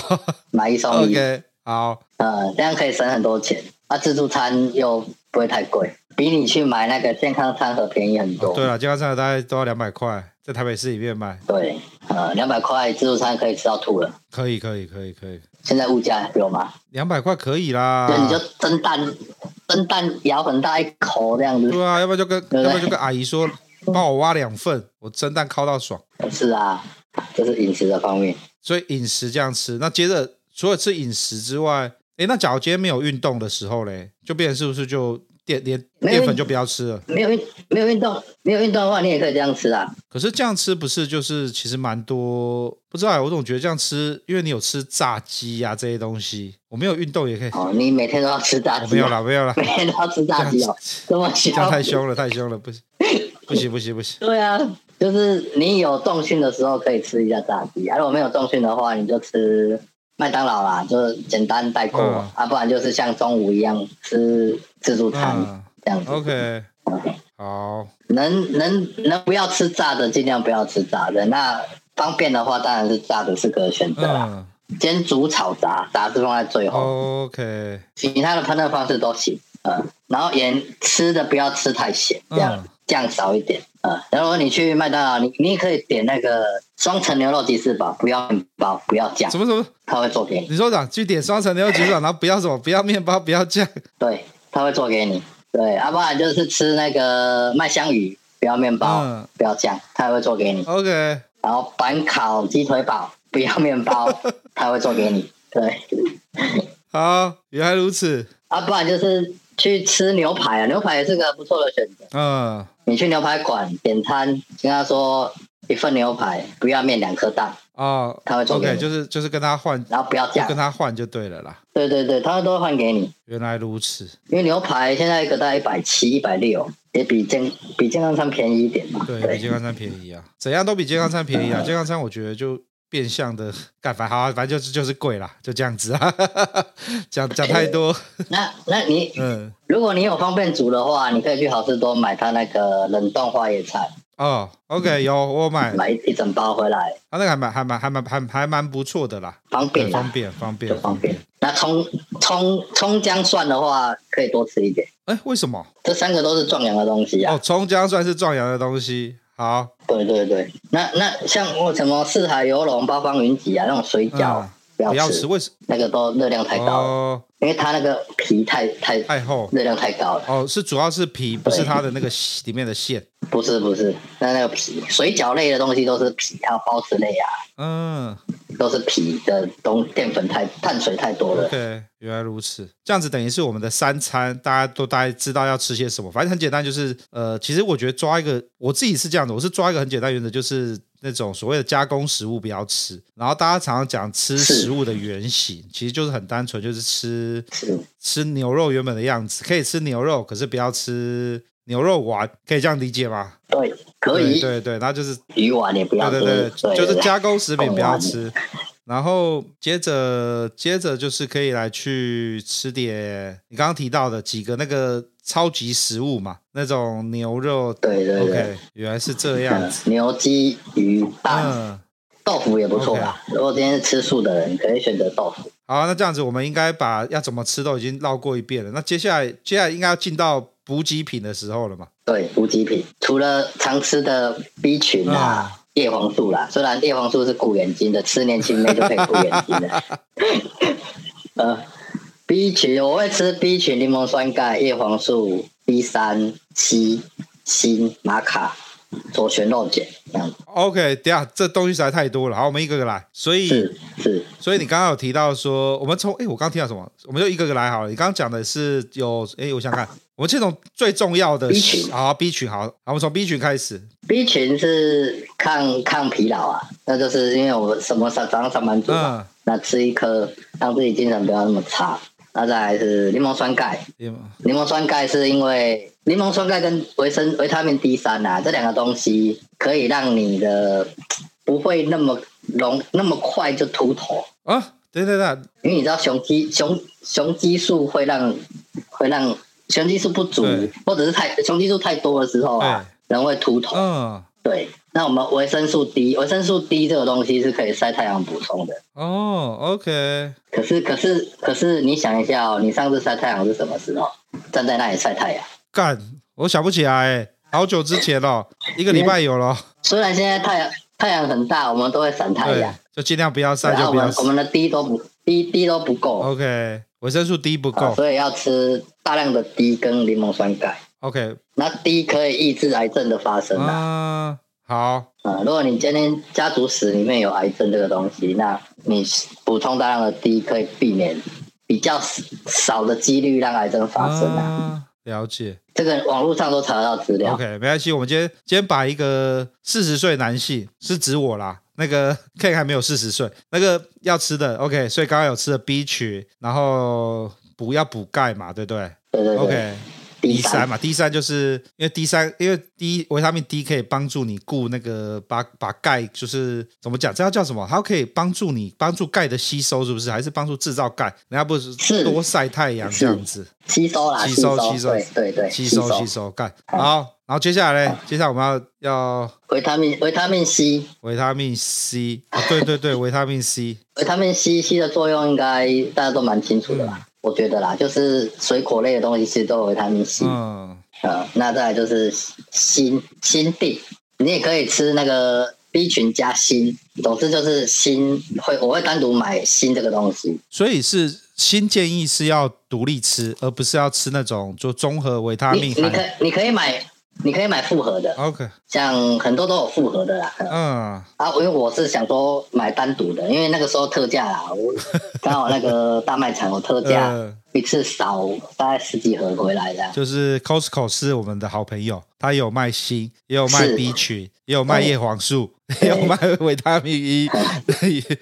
买一送一， ，OK，好，哦呃，这样可以省很多钱。啊，自助餐又不会太贵，比你去买那个健康餐盒便宜很多。哦对啊了，健康餐大概都要两百块，在台北市里面买，对呃，两百块自助餐可以吃到吐了。可以，可以，可以，可以，现在物价有吗？两百块可以啦那、，你就蒸蛋，蒸蛋咬很大一口这样子。对啊，要不然就跟对要不然就跟阿姨说，帮我挖两份，我蒸蛋烤到爽。是啊，这是饮食的方面。所以饮食这样吃，那接着除了吃饮食之外，诶，那假如今天没有运动的时候嘞，就变成是不是就淀连没淀有粉运就不要吃了？没有运没有运动没有运动的话，你也可以这样吃啊。可是这样吃不是就是其实蛮多，不知道欸我总觉得这样吃，因为你有吃炸鸡呀、这些东西，我没有运动也可以，哦，你每天都要吃我炸鸡、哦没有啊啦，？没有啦， 每天都要吃炸鸡哦，这么这样小？太凶了，太凶了，不行，不行，不行，不行。对啊，就是你有重训的时候可以吃一下炸鸡、啊，如果没有重训的话，你就吃麦当劳啦，就是简单带过、嗯啊，不然就是像中午一样吃自助餐、嗯这样子。 ，OK，好，嗯能能能不要吃炸的，尽量不要吃炸的。那方便的话，当然是炸的是个选择啦。嗯哦煎、煮、炒、炸，炸是放在最后。 ，OK，其他的烹饪方式都行，呃，然后盐吃的不要吃太咸，这样、嗯酱少一点，呃，然后你去麦当劳，你你也可以点那个双层牛肉吉士堡，不要面包，不要酱什，么什么？他会做给你，你说长去点双层牛肉鸡翅膀，然后不要什么，不要面包，不要酱。对，他会做给你，对，要、不然就是吃那个麦香鱼，不要面包，嗯不要酱，他也会做给你， OK，然后板烤鸡腿堡，不要面 包，他会做给你，对，好，原来如此。要、不然就是去吃牛排啊，牛排也是个不错的选择。嗯，你去牛排馆点餐，跟他说一份牛排，不要面两颗蛋，哦他会做给，OK，你就是就是跟他换，然后不要就酱跟。他换就对了啦。对对对，他都会换给你，原来如此，因为牛排现在一个大概一百七、一百六，也比健比健康餐便宜一点嘛。对比健康餐便宜啊，怎样都比健康餐便宜啊。健康餐我觉得就变相的干反好啊、反正就是就是贵啦，就这样子啊。 讲讲 太多，那那你嗯，如果你有方便煮的话，你可以去好市多买它那个冷冻花椰菜，哦，OK，有我有买，买一一整包回来，他、那个还蛮还蛮还蛮还蛮还蛮不错的啦，方便啊对啊啦方便方就便方便。。那葱葱葱姜蒜的话，可以多吃一点，哎，为什么？这三个都是壮阳的东西啊。哦，葱姜蒜是壮阳的东西。好，对对对，那那嗯像我什么四海游龙、八方云集啊，那种水饺、嗯不要不吃，要吃，为什那个都热量太高了，哦，因为它那个皮太太太厚热量太高了。哦，是主要是皮，不是它的那个馅里面的馅。不是不是，那那个皮，水饺类的东西都是皮，还有包子类啊，嗯都是皮的东淀粉太碳水太多了。 ，OK，原来如此。这样子等于是我们的三餐，大家都大概知道要吃些什么。反正很简单，就是呃，其实我觉得抓一个，我自己是这样的，我是抓一个很简单原则，就是那种所谓的加工食物不要吃。然后大家常常讲吃是食物的原型，其实就是很单纯，就是吃是吃牛肉原本的样子，可以吃牛肉，可是不要吃牛肉丸，可以这样理解吗？对，可对以对对，那就是鱼丸也不要对吃，对对，就是加工食品不要吃。 然后接着接着就是可以来去吃点你刚刚提到的几个那个超级食物嘛，那种牛肉。对对对 OK，原来是这样嗯 子。牛鸡鱼蛋嗯，豆腐也不错啦。如果今天是吃素的人，可以选择豆腐。好，那这样子我们应该把要怎么吃都已经绕过一遍了。那接下来接下来应该要进到补给品的时候了嘛？对，补给品除了常吃的 B 群啊、叶黄素啦，虽然叶黄素是顾眼睛的，吃年轻妹就可以顾眼睛 的。呃，B 群我会吃 B 群柠檬酸钙、叶黄素、B 三、硒、锌、玛卡、左旋肉碱这样子。 OK，等一下这东西实在太多了，好，我们一个个来。所以，是是，所以你刚刚有提到说，我们从哎，我刚刚听到什么？我们就一个个来好了。你刚刚讲的是有哎，我想看，我们先从最重要的 B 群好 B 群好，好，我们从 B 群开始。 B 群是抗抗疲劳啊，那就是因为我们什么上早上上班族嘛，嗯，啊那吃一颗让自己精神不要那么差。那再来是柠檬酸钙，也柠檬酸钙是因为柠檬酸钙跟维生维他命 D 三啊这两个东西可以让你的不会那么容那么快就秃头，啊，对对对，因为你知道雄激雄雄激素会让会让雄激素不足对或者是太雄激素太多的时候啊，人会秃头。嗯，对，那我们维生素 D，维生素 D 这个东西是可以晒太阳补充的。哦，OK，可是，可是，可是，你想一下哦，你上次晒太阳是什么时候？站在那里晒太阳。干，我想不起来、好久之前哦，一个礼拜有 了。虽然现在太阳太阳很大，我们都会闪太对阳，，就尽量不要晒，然后就我不要们晒哎我。们的 D 都不 D D 都不够， OK，维生素 D 不啊哦够。所以要吃大量的 D 跟柠檬酸钙。 OK，那 D 可以抑制癌症的发生啊。嗯，好，啊，如果你今天家族史里面有癌症这个东西，那你补充大量的 D 可以避免比较少的几率让癌症发生啊。嗯，了解。这个网络上都查得到资料。 OK，没关系，我们今天今天把一个四十岁男性，是指我啦。那个 K 还没有四十岁，那个要吃的 OK，所以刚刚有吃的 B 群，然后补要补钙嘛，对不对对对对 o k D 三三嘛，D 三就是因为 D 三，因为 D 维他命 D 可以帮助你固那个把把钙，就是怎么讲，这要叫什么？它可以帮助你帮助钙的吸收，是不是？还是帮助制造钙？人家不是是多晒太阳是这样子，吸收啦，吸收收吸收对对对，嗯吸收吸收钙。好，然后接下来呢？接下来我们要要维他命维他命 C，维他命 C，、啊、对对对，维他命 C，维他命 C C 的作用应该大家都蛮清楚的嗯啦。我觉得啦，就是水果类的东西其实都有维他命 C，嗯、嗯，那再来就是锌锌锭，你也可以吃那个 B 群加锌，总之就是锌会我会单独买锌这个东西，所以是新建议是要独立吃，而不是要吃那种就综合维他你命哦你可含。你可以买你可以买复合的， OK，像很多都有复合的啦，嗯，啊，因为我是想说买单独的，因为那个时候特价啦， 我刚好那个大卖场有特价，嗯一次少大概十几盒回来的。就是 Costco 是我们的好朋友，它有卖锌，也有卖是哦 B 群，也有卖叶黄素，也有卖维他命 E，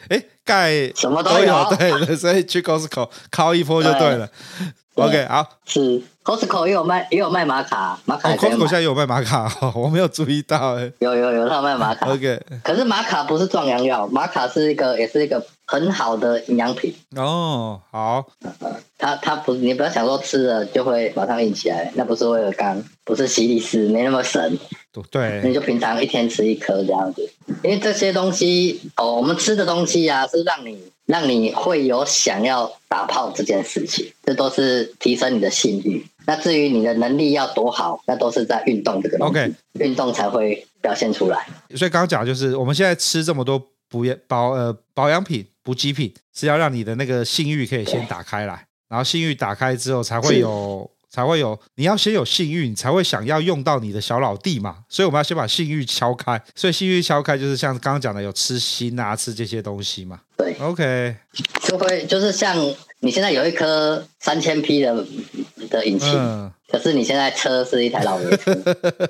哎，钙什么都都有，有对的，所以去 Costco 敲一波就对了。对 OK，好，是 Costco 也有卖，也有卖玛卡，玛哦卡也可以，Costco 现买。在有卖玛卡，哦我没有注意到，哎有有有，他有卖玛卡。 ，OK，可是玛卡不是壮阳药，玛卡是一个，也是一个很好的营养品。哦，好，它它不，你不要想说吃了就会马上硬起来，那不是威尔刚，不是西力士，没那么神。那 对，就平常一天吃一颗这样子，因为这些东西哦，我们吃的东西啊，是让你让你会有想要打炮这件事情，这都是提升你的性欲。那至于你的能力要多好，那都是在运动这个东西 OK 运动才会表现出来。所以刚刚讲就是我们现在吃这么多补养保呃保养品、补给品，是要让你的那个性欲可以先打开来，然后性欲打开之后才会有才会有，你要先有性欲，你才会想要用到你的小老弟嘛。所以我们要先把性欲敲开，所以性欲敲开就是像刚刚讲的有吃锌啊、吃这些东西嘛。对， OK，就会就是像你现在有一颗三千匹的的引擎，嗯，可是你现在车是一台老爷 车，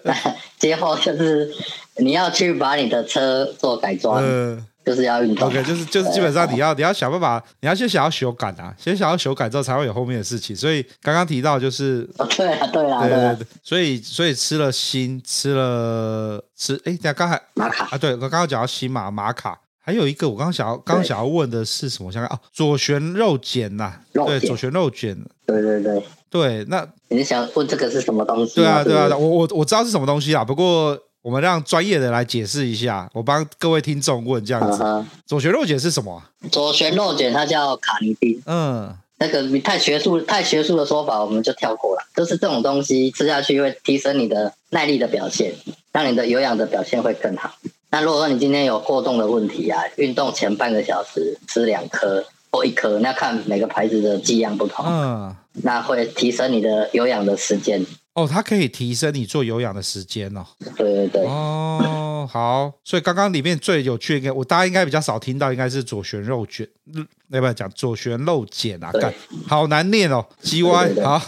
那今后就是你要去把你的车做改装，呃就是要运动。 ，OK，就是就是基本上你要你要想办法，你要先想要修改啊，先想要修改之后才会有后面的事情。所以刚刚提到就是哦，对啊，对啊，对啊对对，所以所以吃了锌，吃了吃，哎，等一下刚才玛卡啊，对，我刚刚讲到锌嘛，玛卡，还有一个，我刚刚想要刚刚想要问的是什么？我想想哦，左旋肉碱呐、肉对，碱左旋肉碱，对对对，对，那你是想问这个是什么东西对啊吗？对啊，是对不我我我知道是什么东西啊啦，不过我们让专业的来解释一下，我帮各位听众问这样是嗯子，哼，左旋肉碱是什么啊？左旋肉碱它叫卡尼丁，嗯，那个你太学术、太学术的说法，我们就跳过了。就是这种东西吃下去会提升你的耐力的表现，让你的有氧的表现会更好。那如果说你今天有过重的问题啊，运动前半个小时吃两颗或一颗，那看每个牌子的剂量不同，嗯，那会提升你的有氧的时间。哦，它可以提升你做有氧的时间哦。对对对，哦，好，所以刚刚里面最有趣的应该，我大家应该比较少听到，应该是左旋肉卷，嗯要不要讲左旋肉碱啊？对干，好难念哦，G Y 对对对好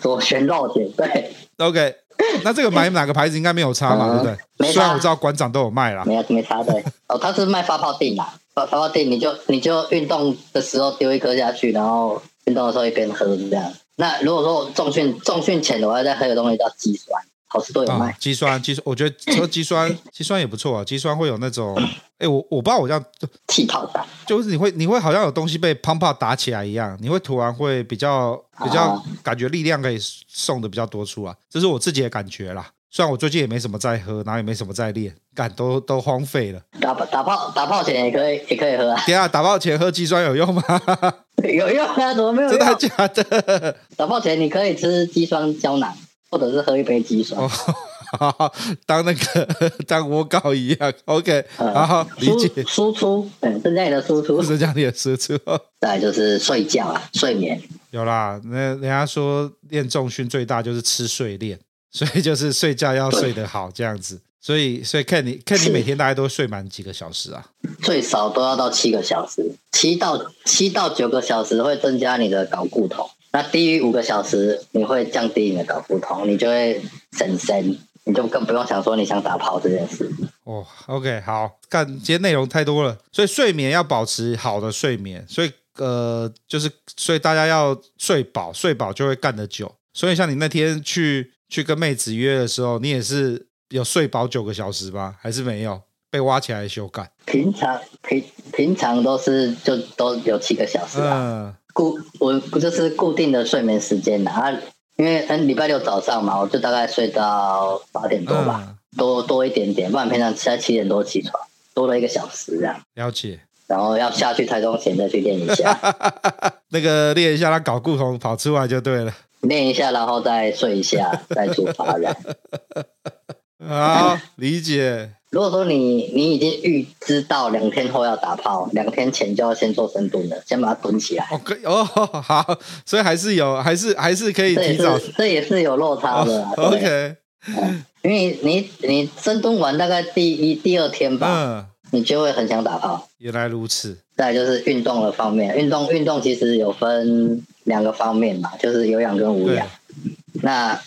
左旋肉碱，对， ，OK。那这个买哪个牌子应该没有差嘛，嗯对不对？没差虽然我知道馆长都有卖啦，没有 没差的。哦，它是卖发泡锭啦，发发泡锭你就你就运动的时候丢一颗下去，然后运动的时候一边喝这样。那如果说我重训重训前的话，再喝一个东西叫肌酸，好事多有啊卖，。肌酸，肌酸，我觉得喝肌酸，肌酸也不错啊。肌酸会有那种，哎，我我不知道我这样，气泡蛋，就是你会你会好像有东西被胖胖打起来一样，你会突然会比较比较啊感觉力量可以送的比较多出来，这是我自己的感觉啦。虽然我最近也没什么在喝，然后也没什么在练，干都都荒废了。打打泡打泡前也可以也可以喝啊， 等一下打包前喝肌酸有用吗？有用啊，怎么没有真用的？假的？打泡前你可以吃肌酸胶囊，或者是喝一杯肌酸。哦， 当那个当我搞一样，OK，呃好理输解，输出，嗯，增加你的输出。增加你的输出。再来就是睡觉啊，睡眠。有啦，那人家说练重训最大就是吃睡练， 所以就是睡觉要睡得好这样子。所以，所以看你看你是每天大概都睡满几个小时啊？最少都要到七个小时，七到七到九个小时会增加你的睾固酮，那低于五个小时你会降低你的睾固酮，你就会神身，你就更不用想说你想打炮这件事。哦，OK，好，看今天内容太多了，所以睡眠要保持好的睡眠，所以呃，就是所以大家要睡饱，睡饱就会干得久。所以像你那天去去跟妹子约的时候，你也是有睡饱九个小时吗？还是没有被挖起来修改？平常平平常都是就都有七个小时啊，嗯固我就是固定的睡眠时间啊，啊因为嗯礼拜六早上嘛，我就大概睡到八点多吧，嗯，多多一点点，不然平常现在七点多起床，多了一个小时这样，了解。然后要下去台中前再去练一下。 那个练一下，他搞固酮跑出来就对了。练一下，然后再睡一下，再出发的。 好，理解。如果说你你已经预知到两天后要打炮，两天前就要先做深蹲了，先把它蹲起来。哦，可以哦， 好，所以还是有，还是还是可以这也提早。是这也是有落差的、啊哦、对 OK，因为你你你深蹲完大概第一第二天吧，嗯，你就会很想打炮。原来如此。再来就是运动的方面，运动运动其实有分两个方面嘛，就是有氧跟无对氧。，那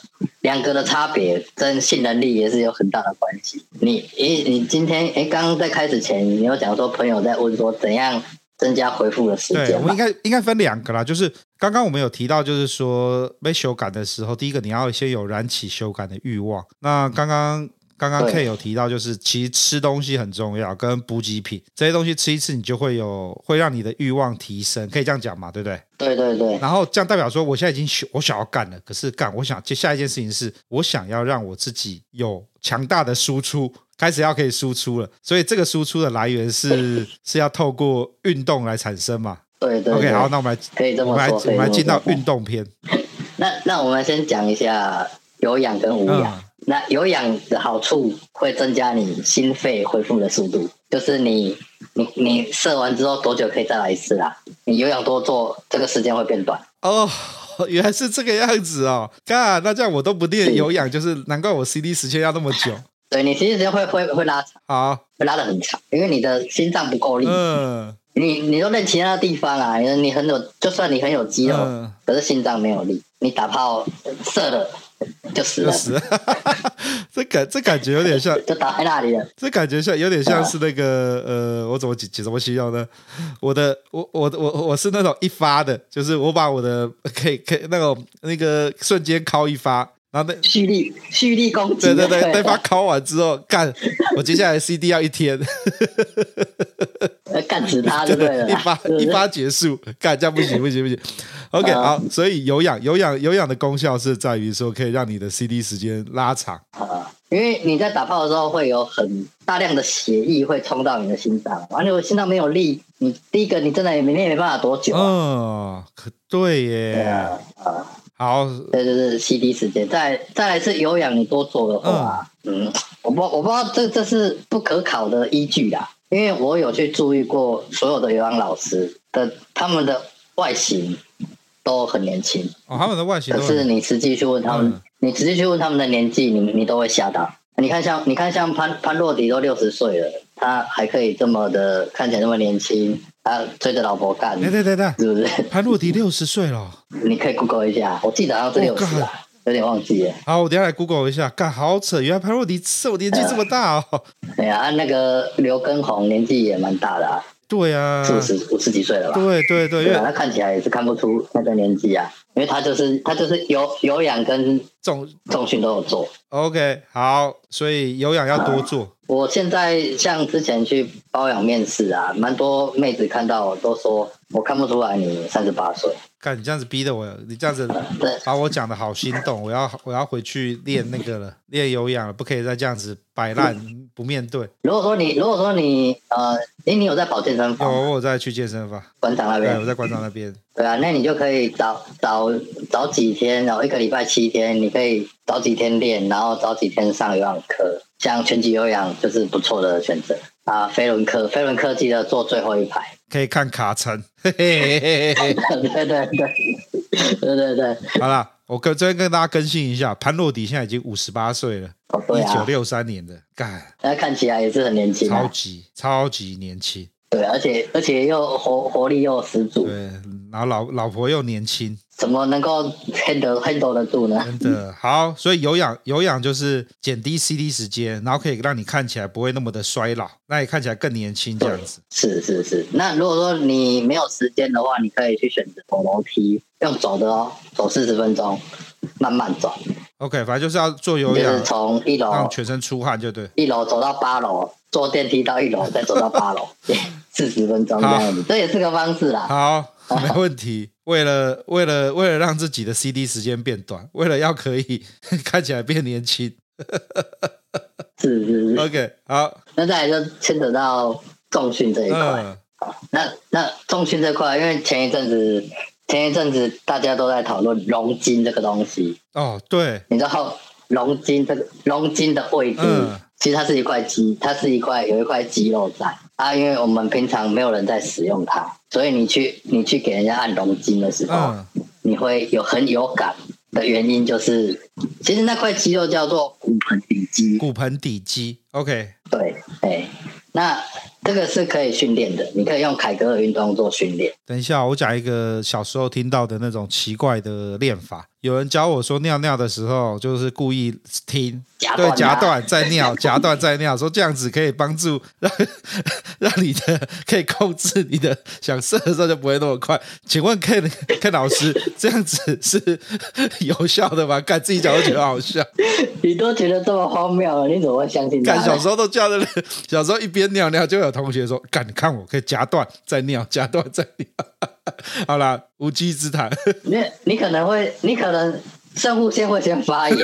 两个的差别跟性能力也是有很大的关系。你你你今天哎，刚刚在开始前，你有讲说朋友在问说怎样增加回复的时对，间我们嘛应？该应该分两个啦，就是刚刚我们有提到，就是说被修改的时候，第一个你要先有燃起修改的欲望。那刚刚。刚刚对 K 有提到，就是其实吃东西很重要，跟补给品这些东西吃一次，你就会有会让你的欲望提升，可以这样讲嘛，对不对？对对对，然后这样代表说，我现在已经想我想要干了，可是干我想接下一件事情是，我想要让我自己有强大的输出，开始要可以输出了，所以这个输出的来源是 是要透过运动来产生嘛对对 OK，对好，那我们来可以这我么们来说，我们可来以进这么到说运动篇，那那我们先讲一下有氧跟无氧。嗯那有氧的好处会增加你心肺恢复的速度，就是你你你射完之后多久可以再来一次啊？你有氧多做，这个时间会变短。哦。原来是这个样子哦，干，那这样我都不练是有氧，就是难怪我 CD 时间要那么久。对你其实时间会会会拉长，好，会拉得很长，因为 你的心脏不够力。嗯你你都练其他的地方啊，你你很有，就算你很有肌肉，嗯，可是心脏没有力，你打炮射了就死就了，是， 这感这感觉有点像就打在那里了。这感觉像有点哦像是那个呃，我怎么解怎么形容呢？我的我我我我是 那种一发的，就是我把我的可以可以那种那个瞬间敲一发，然后那蓄力蓄力攻击对啊，对对，对 方考完之后，干，我接下来 CD 要一天，呃干死他就对 了一啦，发是不一是发结束，干这样不行不行不行。OK，啊好，所以有氧有氧有氧的功效是在于说可以让你的 CD 时间拉长。因为你在打炮的时候会有很大量的血液会冲到你的心脏，完了我心脏没有力，你第一个你真的也明天也没办法多久、啊。嗯，可对对耶。啊，啊，好，这就是 CD 时间。再再来是有氧，你多做的话，嗯我不我不知道这这是不可考的依据啦，因为我有去注意过所有的有氧老师的他们的外形都很年轻，哦，他们的外形可都是很你实际去问他们，嗯你实际去问他们的年纪，你你都会吓到。你看像你看像潘潘若迪都六十岁了，他还可以这么的看起来那么年轻，他追着老婆干，哎，对对对，是 不是？潘若迪六十岁了。你可以 Google 一下，我记得好像是我六靠十啊，有点忘记了。好，我等一下来 Google 一下。干，好扯，原来潘若迪这么年纪这么大哦。 对啊，啊那个刘畊宏年纪也蛮大的啊，对啊，四十五十几岁了吧？对对对，因对啊，为他看起来也是看不出那个年纪啊，因为他就是他就是有有氧跟总重训都有做。 OK 好，所以有氧要多做。我现在像之前去包养面试啊，蛮多妹子看到我都说我看不出来你三十八岁。看你这样子逼的我，你这样子对把我讲的好心动，我要我要回去练那个了，练有氧了，不可以再这样子摆烂不面对。如果说你如果说你呃，诶，你有在保健身有房我有在去健身房，馆长那对，我边，在馆长那边。对啊，那你就可以找找找几天，然后一个礼拜七天，你可以找几天练，然后找几天上有氧课，像拳击有氧就是不错的选择啊。飞轮课，飞轮课记得坐最后一排。可以看卡层，嘿嘿嘿嘿嘿。 对对对，对对对，好啦，我跟这边跟大家更新一下，潘洛迪现在已经五十八岁了，哦对一九啊，六三年的，干，那看起来也是很年轻、啊超。级超级年轻，对，而且而且又活活力又十足，对，然后老老婆又年轻，怎么能够 handle handle 得住呢？真 的好，所以有氧有氧就是减低 CD 时间，然后可以让你看起来不会那么的衰老，那也看起来更年轻这样子。是是是。那如果说你没有时间的话，你可以去选择走楼梯，用走的哦，走四十分钟，慢慢走， OK，反正就是要做有就是氧，从一楼让全身出汗就对。一楼走到八楼，坐电梯到 一楼，再走到八楼，四十分钟这样子，这也是个方式啦。 好，没问题。为了为了为了让自己的 CD 时间变短，为了要可以 看起来变年轻。是是是。 OK，好，那再来就牵扯到重训这嗯、一块。那那重训这块，因为前一阵子前一阵子大家都在讨论龙筋这个东西，哦，对，你知道龙筋这个龙筋的位置，嗯其实它是一块肌，它是一块有一块肌肉在啊，因为我们平常没有人在使用它，所以你去你去给人家按龙筋的时候，嗯，你会有很有感的原因就是，其实那块肌肉叫做骨盆底肌，骨盆底肌。OK，对，哎、那这个是可以训练的，你可以用凯格尔运动做训练。等一下，我讲一个小时候听到的那种奇怪的练法。有人教我说，尿尿的时候就是故意听，夹对断它，夹断再 尿，夹断再尿，说这样子可以帮助 让让你的可以控制你的想射的时候就不会那么快。请问 Ken Ken 老师，这样子是有效的吗？干自己讲都觉得好笑，你都觉得这么荒谬了，你怎么会相信他干呢？小时候都叫的，小时候一边尿尿就有同学说，干你看我可以夹断再尿，夹断再尿。 好啦，无稽之谈。你你可能会，你可能肾上腺会先 发炎，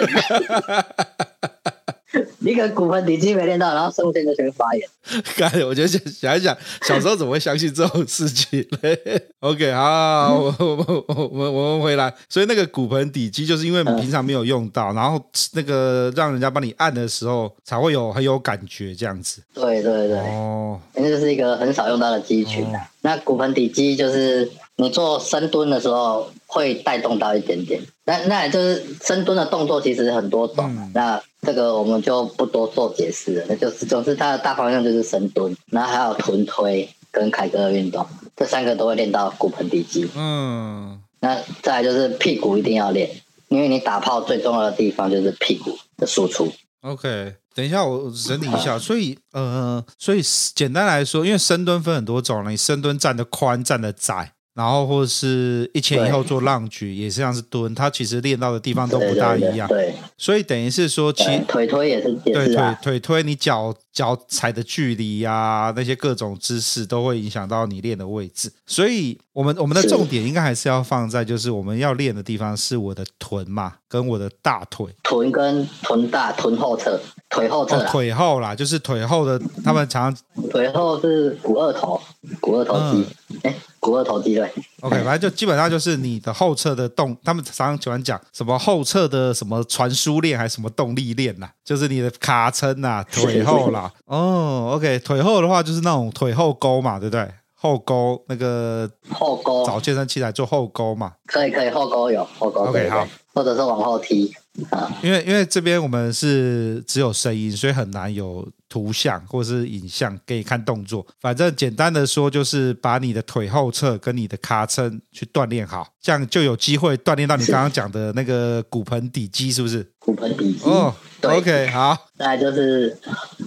你可能骨盆底肌没练到，然后肾上腺就先发炎。 干，我就想想一想，小时候怎么会相信这种事情嘞？OK，好好，好我我我我我我们回来。所以那个骨盆底肌，就是因为嗯平常没有用到，然后那个让人家帮你按的时候，才会有很有感觉这样子。对对对，哦，那就是一个很少用到的肌群啊。那骨盆底肌就是你做深蹲的时候会带动到一点点，那那也就是深蹲的动作其实很多种啊、嗯那这个我们就不多做解释了，那就是总之它的大方向就是深蹲，然后还有臀推跟凯格尔运动，这三个都会练到骨盆底肌。嗯，那再来就是屁股一定要练，因为你打炮最重要的地方就是屁股的输出。 OK，等一下，我整理一下。所以，呃，所以简单来说，因为深蹲分很多种，你深蹲站得宽，站得窄，然后或者是一前一后做浪举，也是像是蹲，它其实练到的地方都不大一样，对，所以等于是说，其对腿推也是呃也对是腿啊，腿推你脚脚踩的距离呀、那些各种姿势都会影响到你练的位置，所以我们我们的是重点应该还是要放在就是我们要练的地方是我的臀嘛，跟我的大腿。臀跟臀大、臀后侧、腿后侧哦，啦，腿后啦，就是腿后的，他们常常腿后是股二头，股二头肌，嗯哎、股二头肌对， OK，反正就基本上就是你的后侧的动，他们常常喜欢讲什么后侧的什么传输链还是什么动力链呐、就是你的卡撑 呐、腿后啦。哦，OK，腿后的话就是那种腿后勾嘛，对不对？后勾那个后勾找健身器材做后勾嘛，可以可以后勾有后勾 OK，可以好，或者是往后踢啊，因为因为这边我们是只有声音，所以很难有图像或是影像给你看动作。反正简单的说，就是把你的腿后侧跟你的卡撑去锻炼好，这样就有机会锻炼到你刚刚讲的那个骨盆底肌，是不是？骨盆底肌。哦、嗯对 o k 好，再来就是，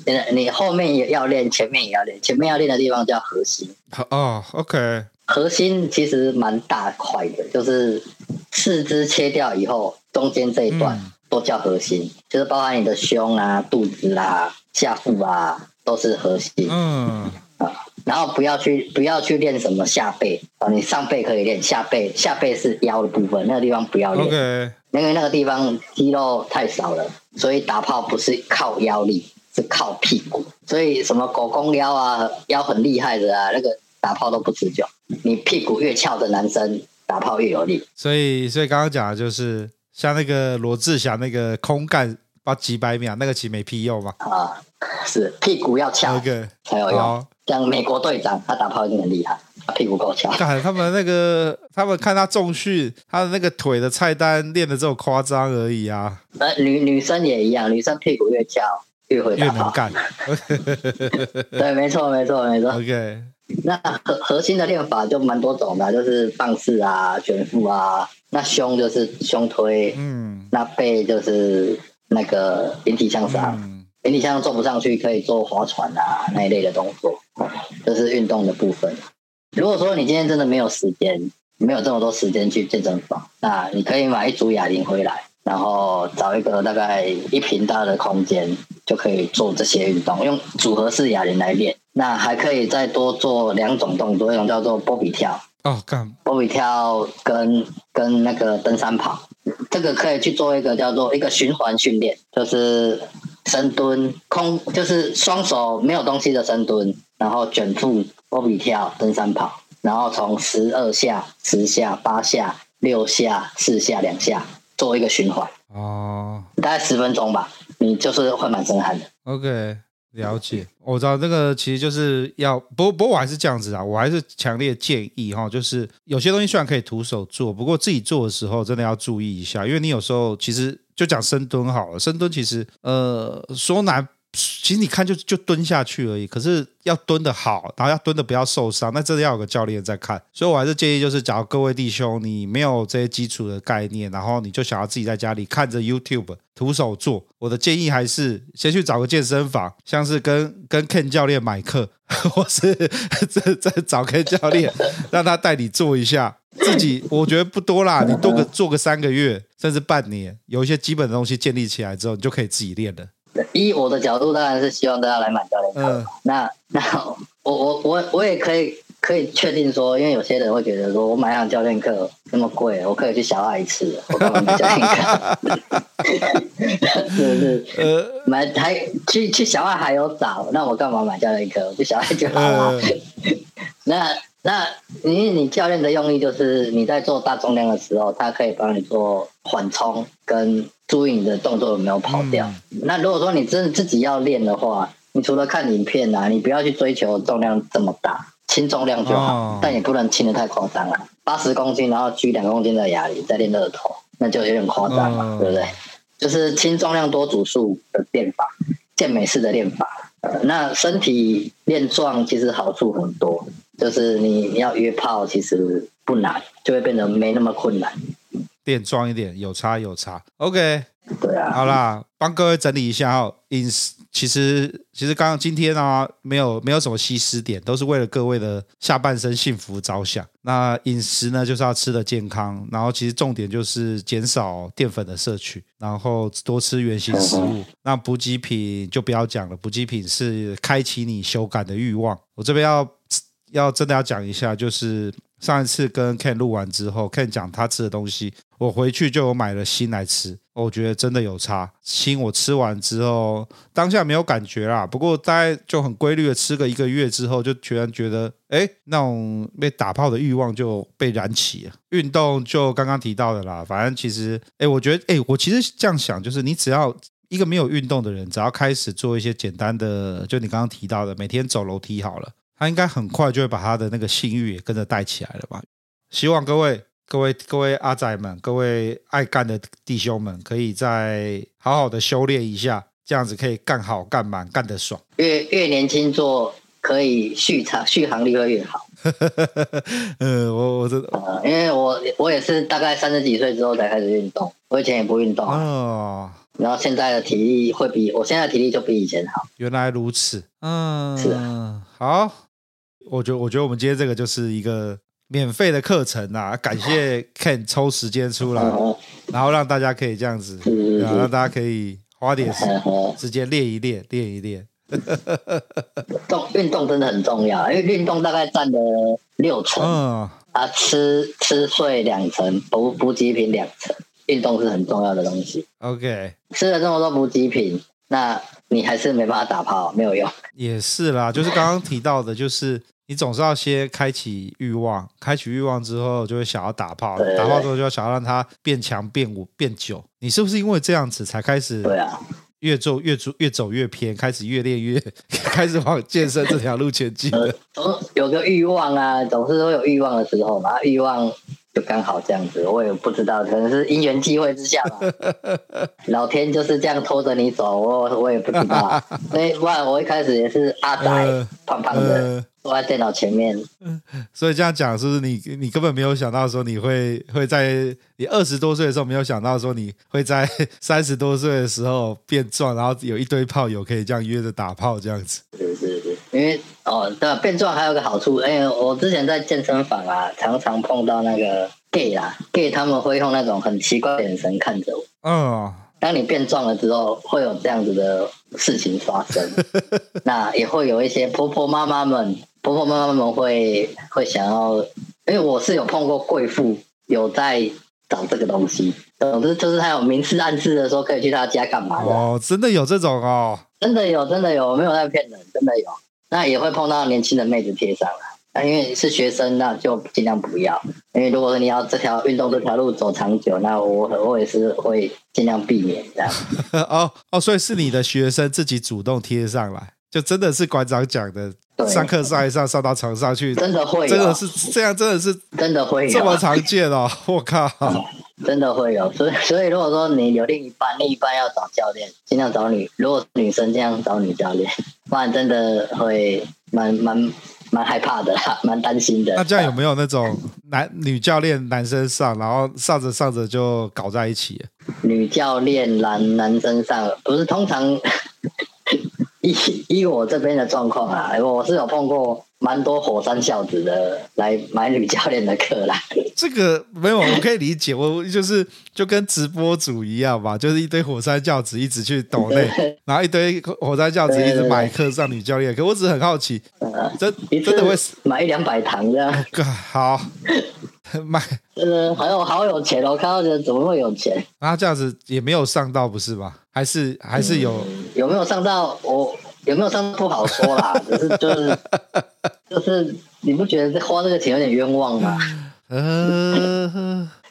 你你后面也要练，前面也要练，前面要练的地方叫核心。哦，OK，核心其实蛮大块的，就是四肢切掉以后，中间这一段嗯都叫核心，就是包含你的胸啊、肚子啊、下腹啊，都是核心。嗯，然后不要去不要去练什么下背啊，你上背可以练，下背下背是腰的部分，那个地方不要练 OK，因为那个地方肌肉太少了，所以打炮不是靠腰力，是靠屁股。所以什么狗公腰啊，腰很厉害的啊，那个打炮都不持久。你屁股越翘的男生，打炮越有力。所以所以刚刚讲的就是像那个罗志祥那个空干八几百秒，那个其实没屁用嘛。啊，是屁股要翘哦 OK，才有用好。像啊美国队长，他打炮一定很厉害，他屁股够翘。 干他们那个，他们看他重训，他的那个腿的菜单练的这么夸张而已啊，呃，女女生也一样，女生屁股越翘越会越打能炮。干。对，没错，没错，没错。 OK，那核核心的练法就蛮多种的啊，就是棒式啊、卷腹啊，那胸就是胸推，嗯那背就是那个引体向上，嗯，引体向上做不上去，可以做划船啊那一类的动作，这、是运动的部分。如果说你今天真的没有时间，没有这么多时间去健身房，那你可以买一组哑铃回来，然后找一个大概一平大的空间，就可以做这些运动，用组合式哑铃来练。那还可以再多做两种动作，一种叫做波比跳，哦干，波比跳跟跟那个登山跑，这个可以去做一个叫做一个循环训练，就是深蹲空，就是双手没有东西的深蹲，然后卷腹波比跳、登山跑，然后从十二下、十下、八下、六下、四下、两下做一个循环，哦大概十分钟吧，你就是会满身汗的。 ，OK，了解。哦我知道那个其实就是要，不过不过我还是这样子啊，我还是强烈建议哈，就是有些东西虽然可以徒手做，不过自己做的时候真的要注意一下，因为你有时候其实就讲深蹲好了，深蹲其实呃说难其实你看就就蹲下去而已，可是要蹲的好，然后要蹲的不要受伤，那真的要有个教练在看。所以我还是建议，就是假如各位弟兄你没有这些基础的概念，然后你就想要自己在家里看着 YouTube 徒手做，我的建议还是先去找个健身房，像是跟跟 Ken 教练买课， 或是这这找 Ken 教练让他带你做一下。自己我觉得不多啦，你多个做个三个月甚至半年，有一些基本的东西建立起来之后，你就可以自己练了。以我的角度，当然是希望大家来买教练课。嗯那 那我我我我也可以可以确定说，因为有些人会觉得说我买上教练课那么贵，我可以去小爱一次，我干嘛买教练课？ 是不是？呃，买还去去小爱还有找，那我干嘛买教练课？我去小爱就好呃 了。那那你你教练的用意就是你在做大重量的时候，他可以帮你做缓冲跟注意你的动作有没有跑掉。那如果说你真的自己要练的话，你除了看影片啊，你不要去追求重量这么大，轻重量就好，哦但也不能轻的太夸张了。八十公斤，然后举两公斤的哑铃再练二头，那就有点夸张了，哦对不对？就是轻重量多组数的练法，健美式的练法。呃，那身体练壮其实好处很多，就是你要约炮其实不难，就会变得没那么困难。练壮一点，有差有差。OK，对啊，好啦，帮各位整理一下哦。饮食其实其实刚刚今天啊，没有没有什么西施点，都是为了各位的下半身幸福着想。那饮食呢，就是要吃的健康，然后其实重点就是减少淀粉的摄取，然后多吃原形食物。那补给品就不要讲了，补给品是开启你修改的欲望。我这边要要真的要讲一下，就是上一次跟 Ken 录完之后，Ken 讲他吃的东西，我回去就有买了锌来吃，哦我觉得真的有差。锌我吃完之后，当下没有感觉啦，不过大概就很规律的吃个一个月之后，就突然觉得，哎，那种被打炮的欲望就被燃起了。运动就刚刚提到的啦，反正其实，哎，我觉得，哎，我其实这样想，就是你只要一个没有运动的人，只要开始做一些简单的，就你刚刚提到的，每天走楼梯好了，他应该很快就会把他的那个性欲也跟着带起来了吧？希望各位、各位、各位阿仔们、各位爱干的弟兄们，可以再好好的修炼一下，这样子可以干好、干满、干得爽。 越越年轻做，可以续长续航力会越好。呃，我我真的呃，因为我我也是大概三十几岁之后才开始运动，我以前也不运动啊，哦，然后现在的体力会比我现在的体力就比以前好。原来如此。嗯，是好，我觉得我觉得我们今天这个就是一个免费的课程啊，感谢 Ken 抽时间出来。嗯然后让大家可以这样子，嗯对啊，让大家可以花点时嗯嗯时间练一练，练一练。动运动真的很重要，因为运动大概占了六成、嗯，啊，吃吃睡两成，补补给品两成，运动是很重要的东西。 OK，吃了这么多补给品，那你还是没办法打炮，没有用。也是啦，就是刚刚提到的，就是你总是要先开启欲望，开启欲望之后就会想要打炮，对打炮之后就要想要让它变强、变武、变久。你是不是因为这样子才开始对啊，越走越走越走越偏，开始越练越 开始往健身这条路前进呃的？总有个欲望啊，总是会有欲望的时候嘛，啊欲望就刚好这样子，我也不知道，可能是因缘际会之下 吧。老天就是这样拖着你走，我我也不知 道，所以不然我一开始也是阿宅、呃胖胖的。呃，坐在电脑前面，所以这样讲，是不是你你根本没有想到说你会会在你二十多岁的时候没有想到说你会在 三十多岁的时候变壮，然后有一堆炮友可以这样约着打炮这样子。是是是，因为哦，对、变壮还有个好处，哎、我之前在健身房啊，常常碰到那个 gay 啦，gay 他们会用那种很奇怪的眼神看着我。嗯，当你变壮了之后，会有这样子的事情发生，那也会有一些婆婆妈妈们，婆婆妈妈们会会想要，因为我是有碰过贵妇有在找这个东西，总之就是她有明示暗示的说可以去她家干嘛的，哦，真的有这种哦。 真的有，真的有，没有在骗人，真的有。那也会碰到年轻的妹子贴上来，那因为是学生，那就尽量不要。因为如果说你要这条运动这条路走长久，那我我也是会尽量避免这样。哦哦，所以是你的学生自己主动贴上来，就真的是馆长讲的，对上课上一上上到床上去，真的会有，真的是这样，真的是真的会有，啊这么常见哦！ 我靠，真的会有。所以所以如果说你有另一半，另一半要找教练，尽量找女，如果是女生尽量找女教练，不然真的会蛮蛮蛮害怕的啦，蛮担心的。那这样有没有那种男女教练男生上，然后上着上着就搞在一起了？女教练男男生上，不是通常 依依我这边的状况啊，我是有碰过蛮多火山孝子的来买女教练的课啦。这个没有，我可以理解，我就是就跟直播主一样吧，就是一堆火山教子一直去抖内，然后一堆火山教子一直买课上女教练，可我只是很好奇，真一 次真的会死买一两百 堂这样，个 好买，真的好有好有钱哦！我看到觉得怎么会有钱？然后这样子也没有上到，不是吧？还是还是有，有没有上到我？有没有上到不好说啦， 只是就是就是，你不觉得这花这个钱有点冤 枉吗？呃，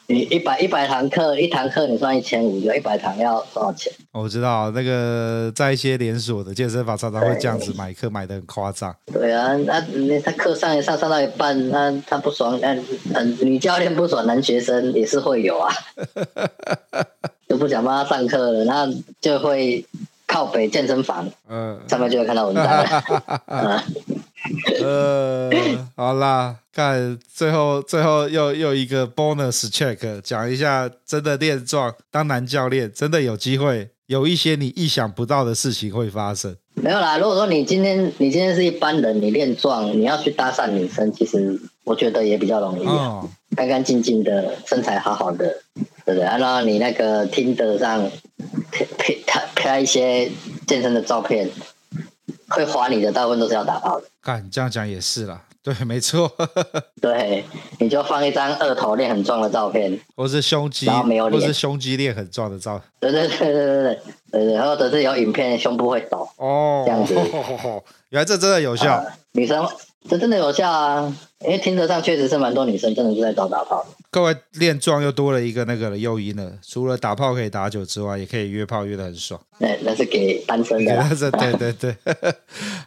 你一百一百堂课，一堂课你算一千五，就一百堂要多少钱？我知道那个在一些连锁的健身房常常会这样子买课买的很夸张，对啊，那那他课上一上上到一半，那他不爽，那嗯女教练不爽，男学生也是会有啊，就不想帮他上课了，那就会靠北健身房呃，上面就会看到文章了。嗯呃，好啦，看最后最后又又一个 bonus check，讲一下真的练壮，当男教练真的有机会，有一些你意想不到的事情会发 生。没有啦，如果说你今天你今天是一般人，你练壮，你要去搭讪女生，其实我觉得也比较容易、啊，哦，干干净净的，身材好好的，对不对？啊然后你那个听得上拍拍拍拍一些健身的照片，会划你的大部分都是要打炮的。看这样讲也是啦，对，没错，对，你就放一张二头练很壮的照片，我是胸肌，然后没有我脸是胸肌练很壮的照对对对对对对对对，或者是有影片胸部会抖，哦这样子， 原来这真的有效。啊女生这真的有效啊，因为听得上确实是蛮多女生真的是在找打炮的。各位练壮又多了一个那个了诱因了，除了打炮可以打酒之外，也可以约炮约的很爽。那那是给单身的 啦，这对对对，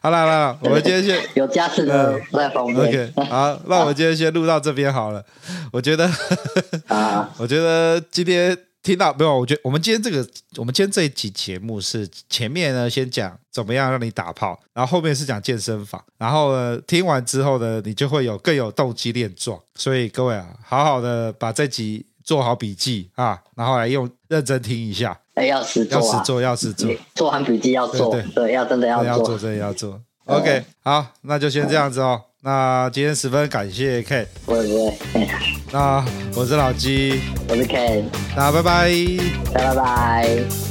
好啦好啦，我们今 天先。有家室的不在旁边嗯 OK，好，那我们今天先录到这边好了。我觉得， 啊。我觉得今天听到没有？我觉得我们今天这个，我们今天这一集节目是前面呢先讲怎么样让你打炮，然后后面是讲健身房，然后呢听完之后呢，你就会有更有动机练壮。所以各位啊，好好的把这集做好笔记啊，然后来用认真听一下，哎，要实要做实啊，做，要实做。你做完笔记要做对对，对，要真的要要做做，。真的要做。OK，好，那就先这样子哦。那今天十分感谢 K，不会不会，嘿那我是老鸡，我是 Ken，那拜拜。拜拜。